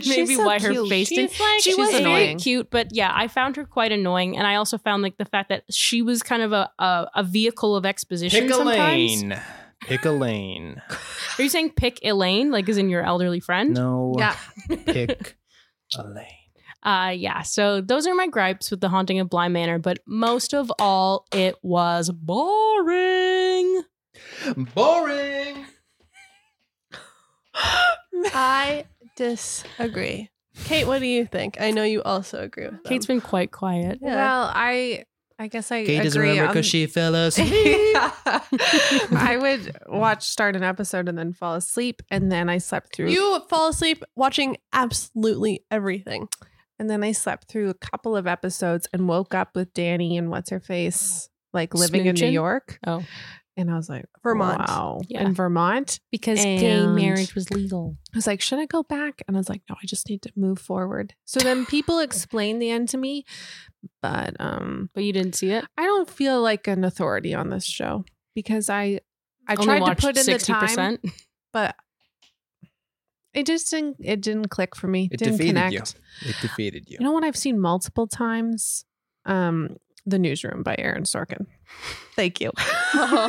B: Oh she's
E: maybe
B: so
E: why her
B: cute.
E: face
B: She's
E: didn't.
B: like-
E: she
C: she's
E: was very
C: annoying.
E: cute, but yeah, I found her quite annoying. And I also found like the fact that she was kind of a a, a vehicle of exposition.
D: Pick a
E: sometimes.
D: lane. Pick a lane.
E: Are you saying pick Elaine, like is in your elderly friend?
D: No.
C: Yeah.
D: Pick a lane.
E: Uh, yeah. So those are my gripes with the haunting of Blind Manor, but most of all, it was boring.
D: Boring.
B: I disagree. Kate, what do you think? I know you also agree with them.
E: Kate's been quite quiet.
B: Yeah.
C: Well, I I guess I
D: Kate doesn't
C: agree Um,
D: remember
C: on-
D: because she fell asleep.
C: I would watch start an episode and then fall asleep and then I slept through
B: you fall asleep watching absolutely everything.
C: and then I slept through a couple of episodes and woke up with Danny and what's her face like living in
E: Smoochin'?
C: New York
E: Oh,
C: and I was like
B: Vermont.
C: wow
E: Yeah.
C: in Vermont
E: because
C: gay marriage
E: was legal.
C: I was like, should I go back? And I was like, no, I just need to move forward. So then people explained the end to me, but um,
E: But you didn't see it.
C: I don't feel like an authority on this show because I I
E: Only
C: tried to
E: watched
C: put in the time,
E: 60%.
C: but it just didn't it didn't click for me.
D: It
C: didn't
D: defeated
C: connect.
D: you. It defeated you.
C: You know what I've seen multiple times? Um, The Newsroom by Aaron Sorkin. Thank you.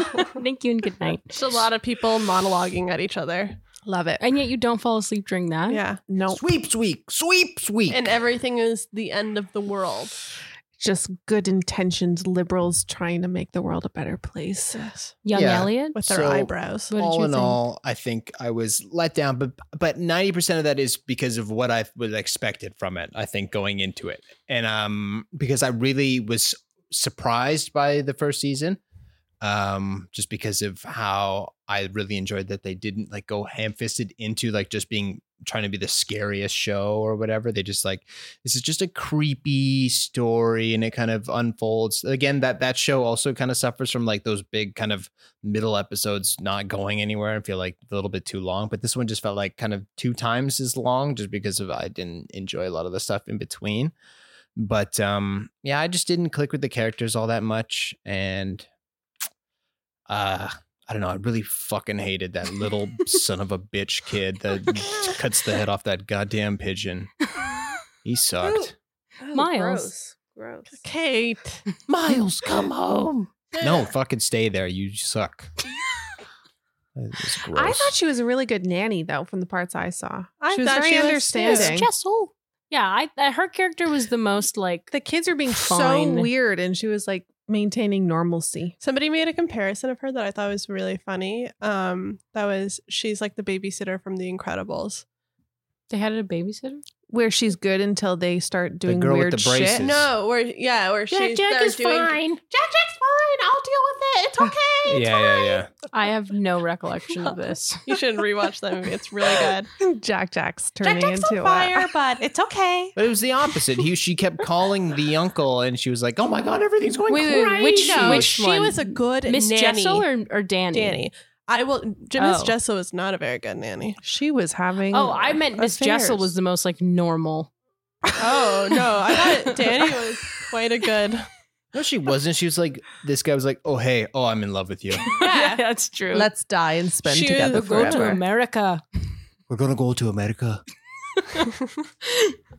E: Thank you and good night.
B: There's a lot of people monologuing at each other.
C: Love it.
E: And yet you don't fall asleep during that.
B: Yeah.
C: No,
D: Sweeps week. Sweeps week.
B: And everything is the end of the world.
C: just good intentioned liberals trying to make the world a better place.
B: Yes.
E: Young
D: Yeah.
E: Elliot.
B: With their
D: So-
B: eyebrows.
E: What did
D: all
E: you
D: in
E: think?
D: all, I think I was let down, but but ninety percent of that is because of what I was expected from it. I think going into it, and um, because I really was surprised by the first season, um, just because of how I really enjoyed that they didn't like go ham fisted into like just being trying to be the scariest show or whatever. They just like this is just a creepy story, and it kind of unfolds again. That that show also kind of suffers from like those big kind of middle episodes not going anywhere and feel like a little bit too long. But this one just felt like kind of two times as long just because of I didn't enjoy a lot of the stuff in between. But um yeah, I just didn't click with the characters all that much. And uh I don't know, I really fucking hated that little son of a bitch kid that cuts the head off that goddamn pigeon. He sucked.
E: Miles.
C: Gross.
B: Kate.
D: Miles, come home. No, fucking stay there. You suck. That was
C: I
D: gross.
C: thought she was a really good nanny, though, from the parts I saw.
B: I
C: she was
B: thought
C: very
B: she was,
C: understanding.
B: too.
E: Jessel. Yeah, I, I her character was the most like
C: the kids are being
E: Fine.
C: so weird, and she was like maintaining normalcy.
B: Somebody made a comparison of her that I thought was really funny. Um, that was she's like the babysitter from The Incredibles.
E: They had a babysitter.
C: where she's good until they start doing
D: girl with
C: weird
D: the braces.
C: shit.
B: No, where yeah, where she's they're doing
C: Jack Jack's fine. I'll deal with it. It's okay.
D: yeah, yeah, yeah.
E: I have no recollection of this.
B: You should rewatch that movie. It's really good.
C: Jack Jack's turning into a-
B: but it's okay.
D: But it was the opposite. He, she kept calling the uncle, and she was like, "Oh my god, everything's going
E: Wait, wait,
D: crazy."
E: wait, which-
B: No,
E: which
B: she
E: one?
B: was a good
E: Miss
B: nanny.
E: Jessel or, or Danny?
B: Danny. I will. J- Miss
E: Oh.
B: Jessel is not a very good nanny.
C: She was having.
E: Oh, I meant Miss Jessel was the most like normal.
B: Oh no, I thought Danny was quite a good.
D: no, she wasn't. She was like, this guy was like, "Oh hey, oh I'm in love with you.
E: yeah, that's true.
C: Let's die and spend
B: She
C: together
B: was-
E: go to
C: forever.
E: America.
D: We're gonna go to America."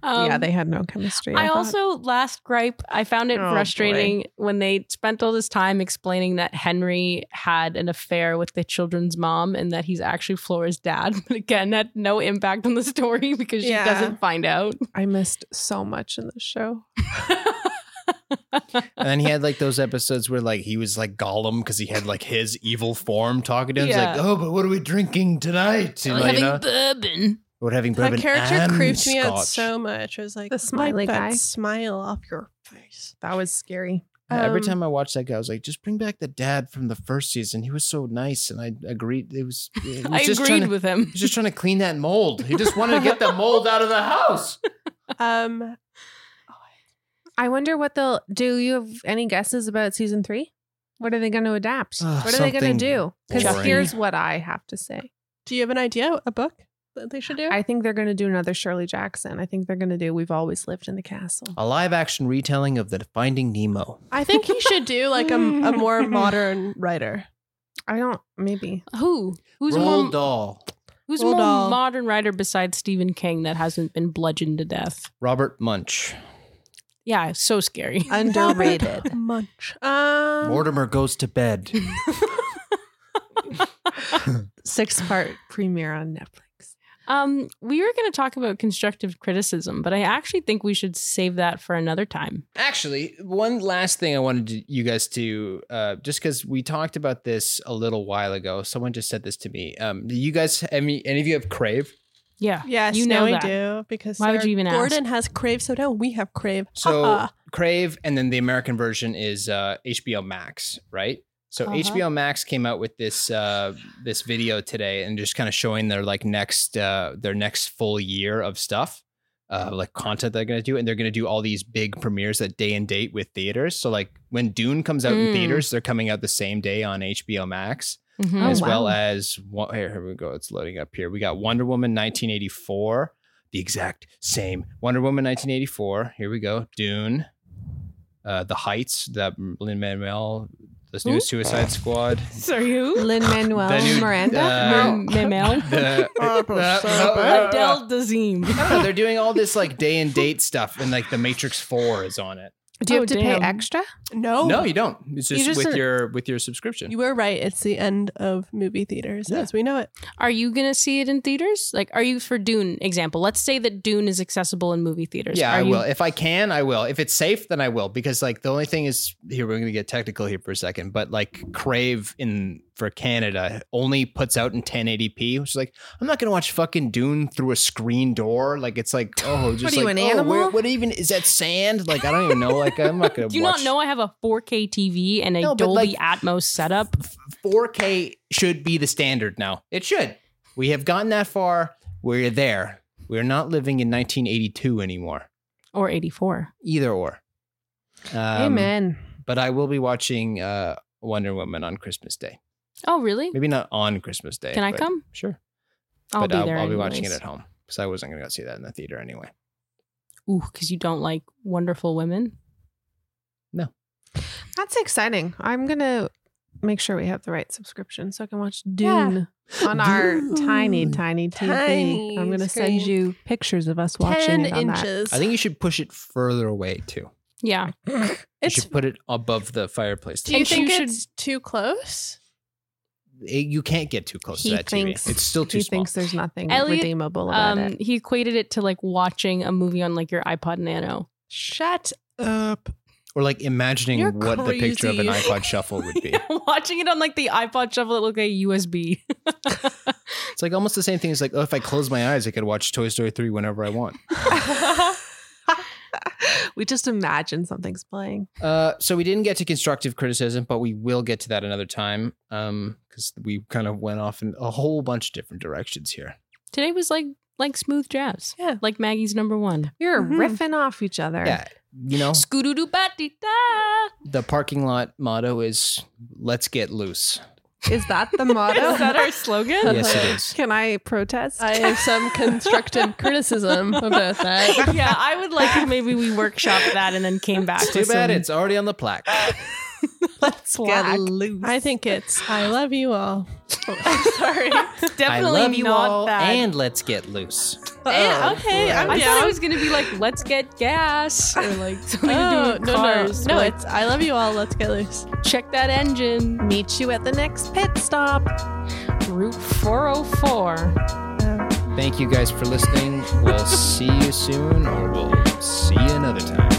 E: Um,
C: yeah, they had no chemistry.
E: I
C: thought.
E: also last gripe. I found it
C: Oh,
E: frustrating when they spent all this time explaining that Henry had an affair with the children's mom and that he's actually Flora's dad. But again, had no impact on the story because she
B: Yeah.
E: doesn't find out.
C: I missed so much in the show.
D: And then he had like those episodes where like he was like Gollum because he had like his evil form talking to him. He's like,
E: Yeah.
D: "Oh, but what are we drinking tonight?" And, like, you know,
E: bourbon.
D: we're having bourbon.
B: That character
D: and
B: creeped me out
D: scotch.
B: so much. I was like,
C: The
B: "Wipe
C: smiley
B: that
C: guy.
B: smile off your face.
C: That was scary.
D: Every
B: Um,
D: time I watched that guy, I was like, "Just bring back the dad from the first season. He was so nice." And I agreed. It was. It was
E: I
D: just
E: agreed
D: trying to,
E: with him.
D: He's just trying to clean that mold. He just wanted to get the mold out of the house.
B: Um,
C: I wonder what they'll do. You have any guesses about season three? What are they going to adapt?
D: Ugh,
C: what are they
D: something
C: going to do? Because
D: boring.
C: here's what I have to say.
B: do you have an idea? A book that they should do?
C: I think they're going to do another Shirley Jackson. I think they're going to do We've Always Lived in the Castle.
D: A live action retelling of the Finding Nemo.
B: I think he should do like a, a more modern writer.
C: I don't, maybe.
E: Who? Who's a
D: Roald
E: more,
D: Dahl.
E: who's a
B: Roald
E: more
B: Dahl.
E: modern writer besides Stephen King that hasn't been bludgeoned to death?
D: Robert Munch.
E: Yeah, it's so scary.
C: Underrated.
B: Munch. Um,
D: Mortimer goes to bed.
C: Six part premiere on Netflix.
E: Um, we were going to talk about constructive criticism, but I actually think we should save that for another time.
D: Actually, one last thing I wanted to, you guys to, uh, just because we talked about this a little while ago. Someone just said this to me. Um, do you guys, any, any of you have Crave?
E: Yeah.
B: Yes,
E: You
B: now
E: know
B: we
E: that.
B: do because
E: Why would
B: Sarah
E: you even ask?
B: Gordon has Crave, so now we have Uh-uh. Crave.
D: So
E: Uh-huh.
B: Haha.
D: Crave, and then the American version is uh, HBO Max, right? So
E: Uh-huh.
D: HBO Max came out with this uh, this video today, and just kind of showing their like next uh, their next full year of stuff, uh, like content they're gonna do, and they're gonna do all these big premieres that day and date with theaters. So like when Dune comes out in
E: Mm.
D: theaters, they're coming out the same day on HBO Max,
E: Mhm.
C: Oh,
D: as
C: wow.
D: well as one- here, here we go, it's loading up here. We got Wonder Woman 1984, the exact same Wonder Woman 1984. Here we go, Dune uh, The Heights, that Lin Manuel, this new
E: Who?
D: Suicide Squad,
E: Sorry, who?
C: Lin Manuel
D: The new-
C: Miranda.
D: uh,
E: Um, Mamel?
D: the,
E: Adele Dazeem.
D: I don't know, they're doing all this like day and date stuff, and like The Matrix Four is on it.
C: do you have
E: oh,
C: to pay
E: damn.
C: extra?
B: No,
D: No, you don't. It's
E: You
D: just,
E: just
D: with
E: said-
D: your with your subscription.
B: you were right. It's the end of movie theaters
D: Yeah.
B: as we know it.
E: Are you going to see it in theaters? Like, are you for Dune example? Let's say that Dune is accessible in movie theaters.
D: yeah,
E: Are
D: I
E: you-
D: will. If I can, I will. If it's safe, then I will. Because like the only thing is here, we're gonna get technical here for a second, but like Crave in for Canada only puts out in 1080p, which is like I'm not gonna watch fucking Dune through a screen door. Like it's like oh, just
C: are you,
D: like,
C: an
D: oh,
C: animal?
D: where- what even is that sand? Like I don't even know. Like I'm not gonna.
E: Do you
D: watch.
E: not know I have a 4K TV and a
D: No, but,
E: Dolby
D: like-
E: Atmos setup?
D: 4K should be the standard now. It should. We have gotten that far. We're there. We're not living in 1982 anymore.
E: Or 84.
D: Either or. Um,
C: Amen.
D: but I will be watching uh, Wonder Woman on Christmas Day.
E: Oh, really?
D: Maybe not on Christmas Day.
E: Can I
D: but-
E: come?
D: Sure.
E: I'll
D: but
E: be
D: I'll,
E: there.
D: I'll be watching it
E: anyways.
D: at home because I wasn't going to go see that in the theater anyway.
E: Ooh, because you don't like wonderful women.
C: That's exciting. I'm going to make sure we have the right subscription so I can watch Dune on our tiny,
D: Dune.
C: tiny TV.
B: Tiny
C: I'm going to
B: screen.
C: send you pictures of us watching
B: Ten
C: it on that.
B: inches.
D: I think you should push it further away too.
E: Yeah.
D: you
B: it's.
D: should put it above the fireplace.
B: Do you
E: And
B: think
E: you should-
B: it's too close?
D: It- you can't get too close to
C: He
D: that
C: thinks-
D: TV. It's still too
C: he
D: small.
C: thinks there's nothing
E: Elliot,
C: redeemable
E: Um,
C: about it.
E: he equated it to like watching a movie on like your iPod Nano.
B: Shut up.
D: or like imagining
B: You're
D: what the picture of an
B: crazy.
D: iPod shuffle would be.
E: Watching it on like the iPod shuffle, it looked like a USB.
D: It's like almost the same thing as like, oh, if I close my eyes, I could watch Toy Story 3 whenever I want.
C: we just imagine something's playing.
D: Uh, so we didn't get to constructive criticism, but we will get to that another time because we kind of went off in a whole bunch of different directions here.
E: Today was like like smooth jazz.
B: Yeah.
E: Like Maggie's number one.
C: We were
B: Mhm.
C: riffing off each other.
D: Yeah, you know,
E: Scoodoodoo da.
D: the parking lot motto is "Let's get loose."
C: Is that the motto?
E: Is that our slogan?
D: Yes, it is.
C: Can I protest?
B: I eh, have some constructive criticism about that.
E: yeah, I would like if maybe we workshopped that and then came back.
D: Too
E: with
D: bad
E: some-
D: it's already on the plaque.
E: Uh,
C: Let's
E: Black.
B: I think it's I love you all.
E: Sorry, It's
D: I
E: definitely
D: love you
E: not
D: all,
E: that.
D: and let's get loose.
E: Eh,
B: Uh-oh.
E: okay,
B: I'm
E: I thought
B: down.
E: it was gonna be like let's get gas or like something
B: Oh,
E: to do with
B: no, no,
E: cars.
B: no!
E: like,
B: It's I love you all. Let's get loose.
E: check that engine.
C: Meet you at the next pit stop.
E: Route 404.
D: Thank you guys for listening. We'll see you soon, or we'll see you another time.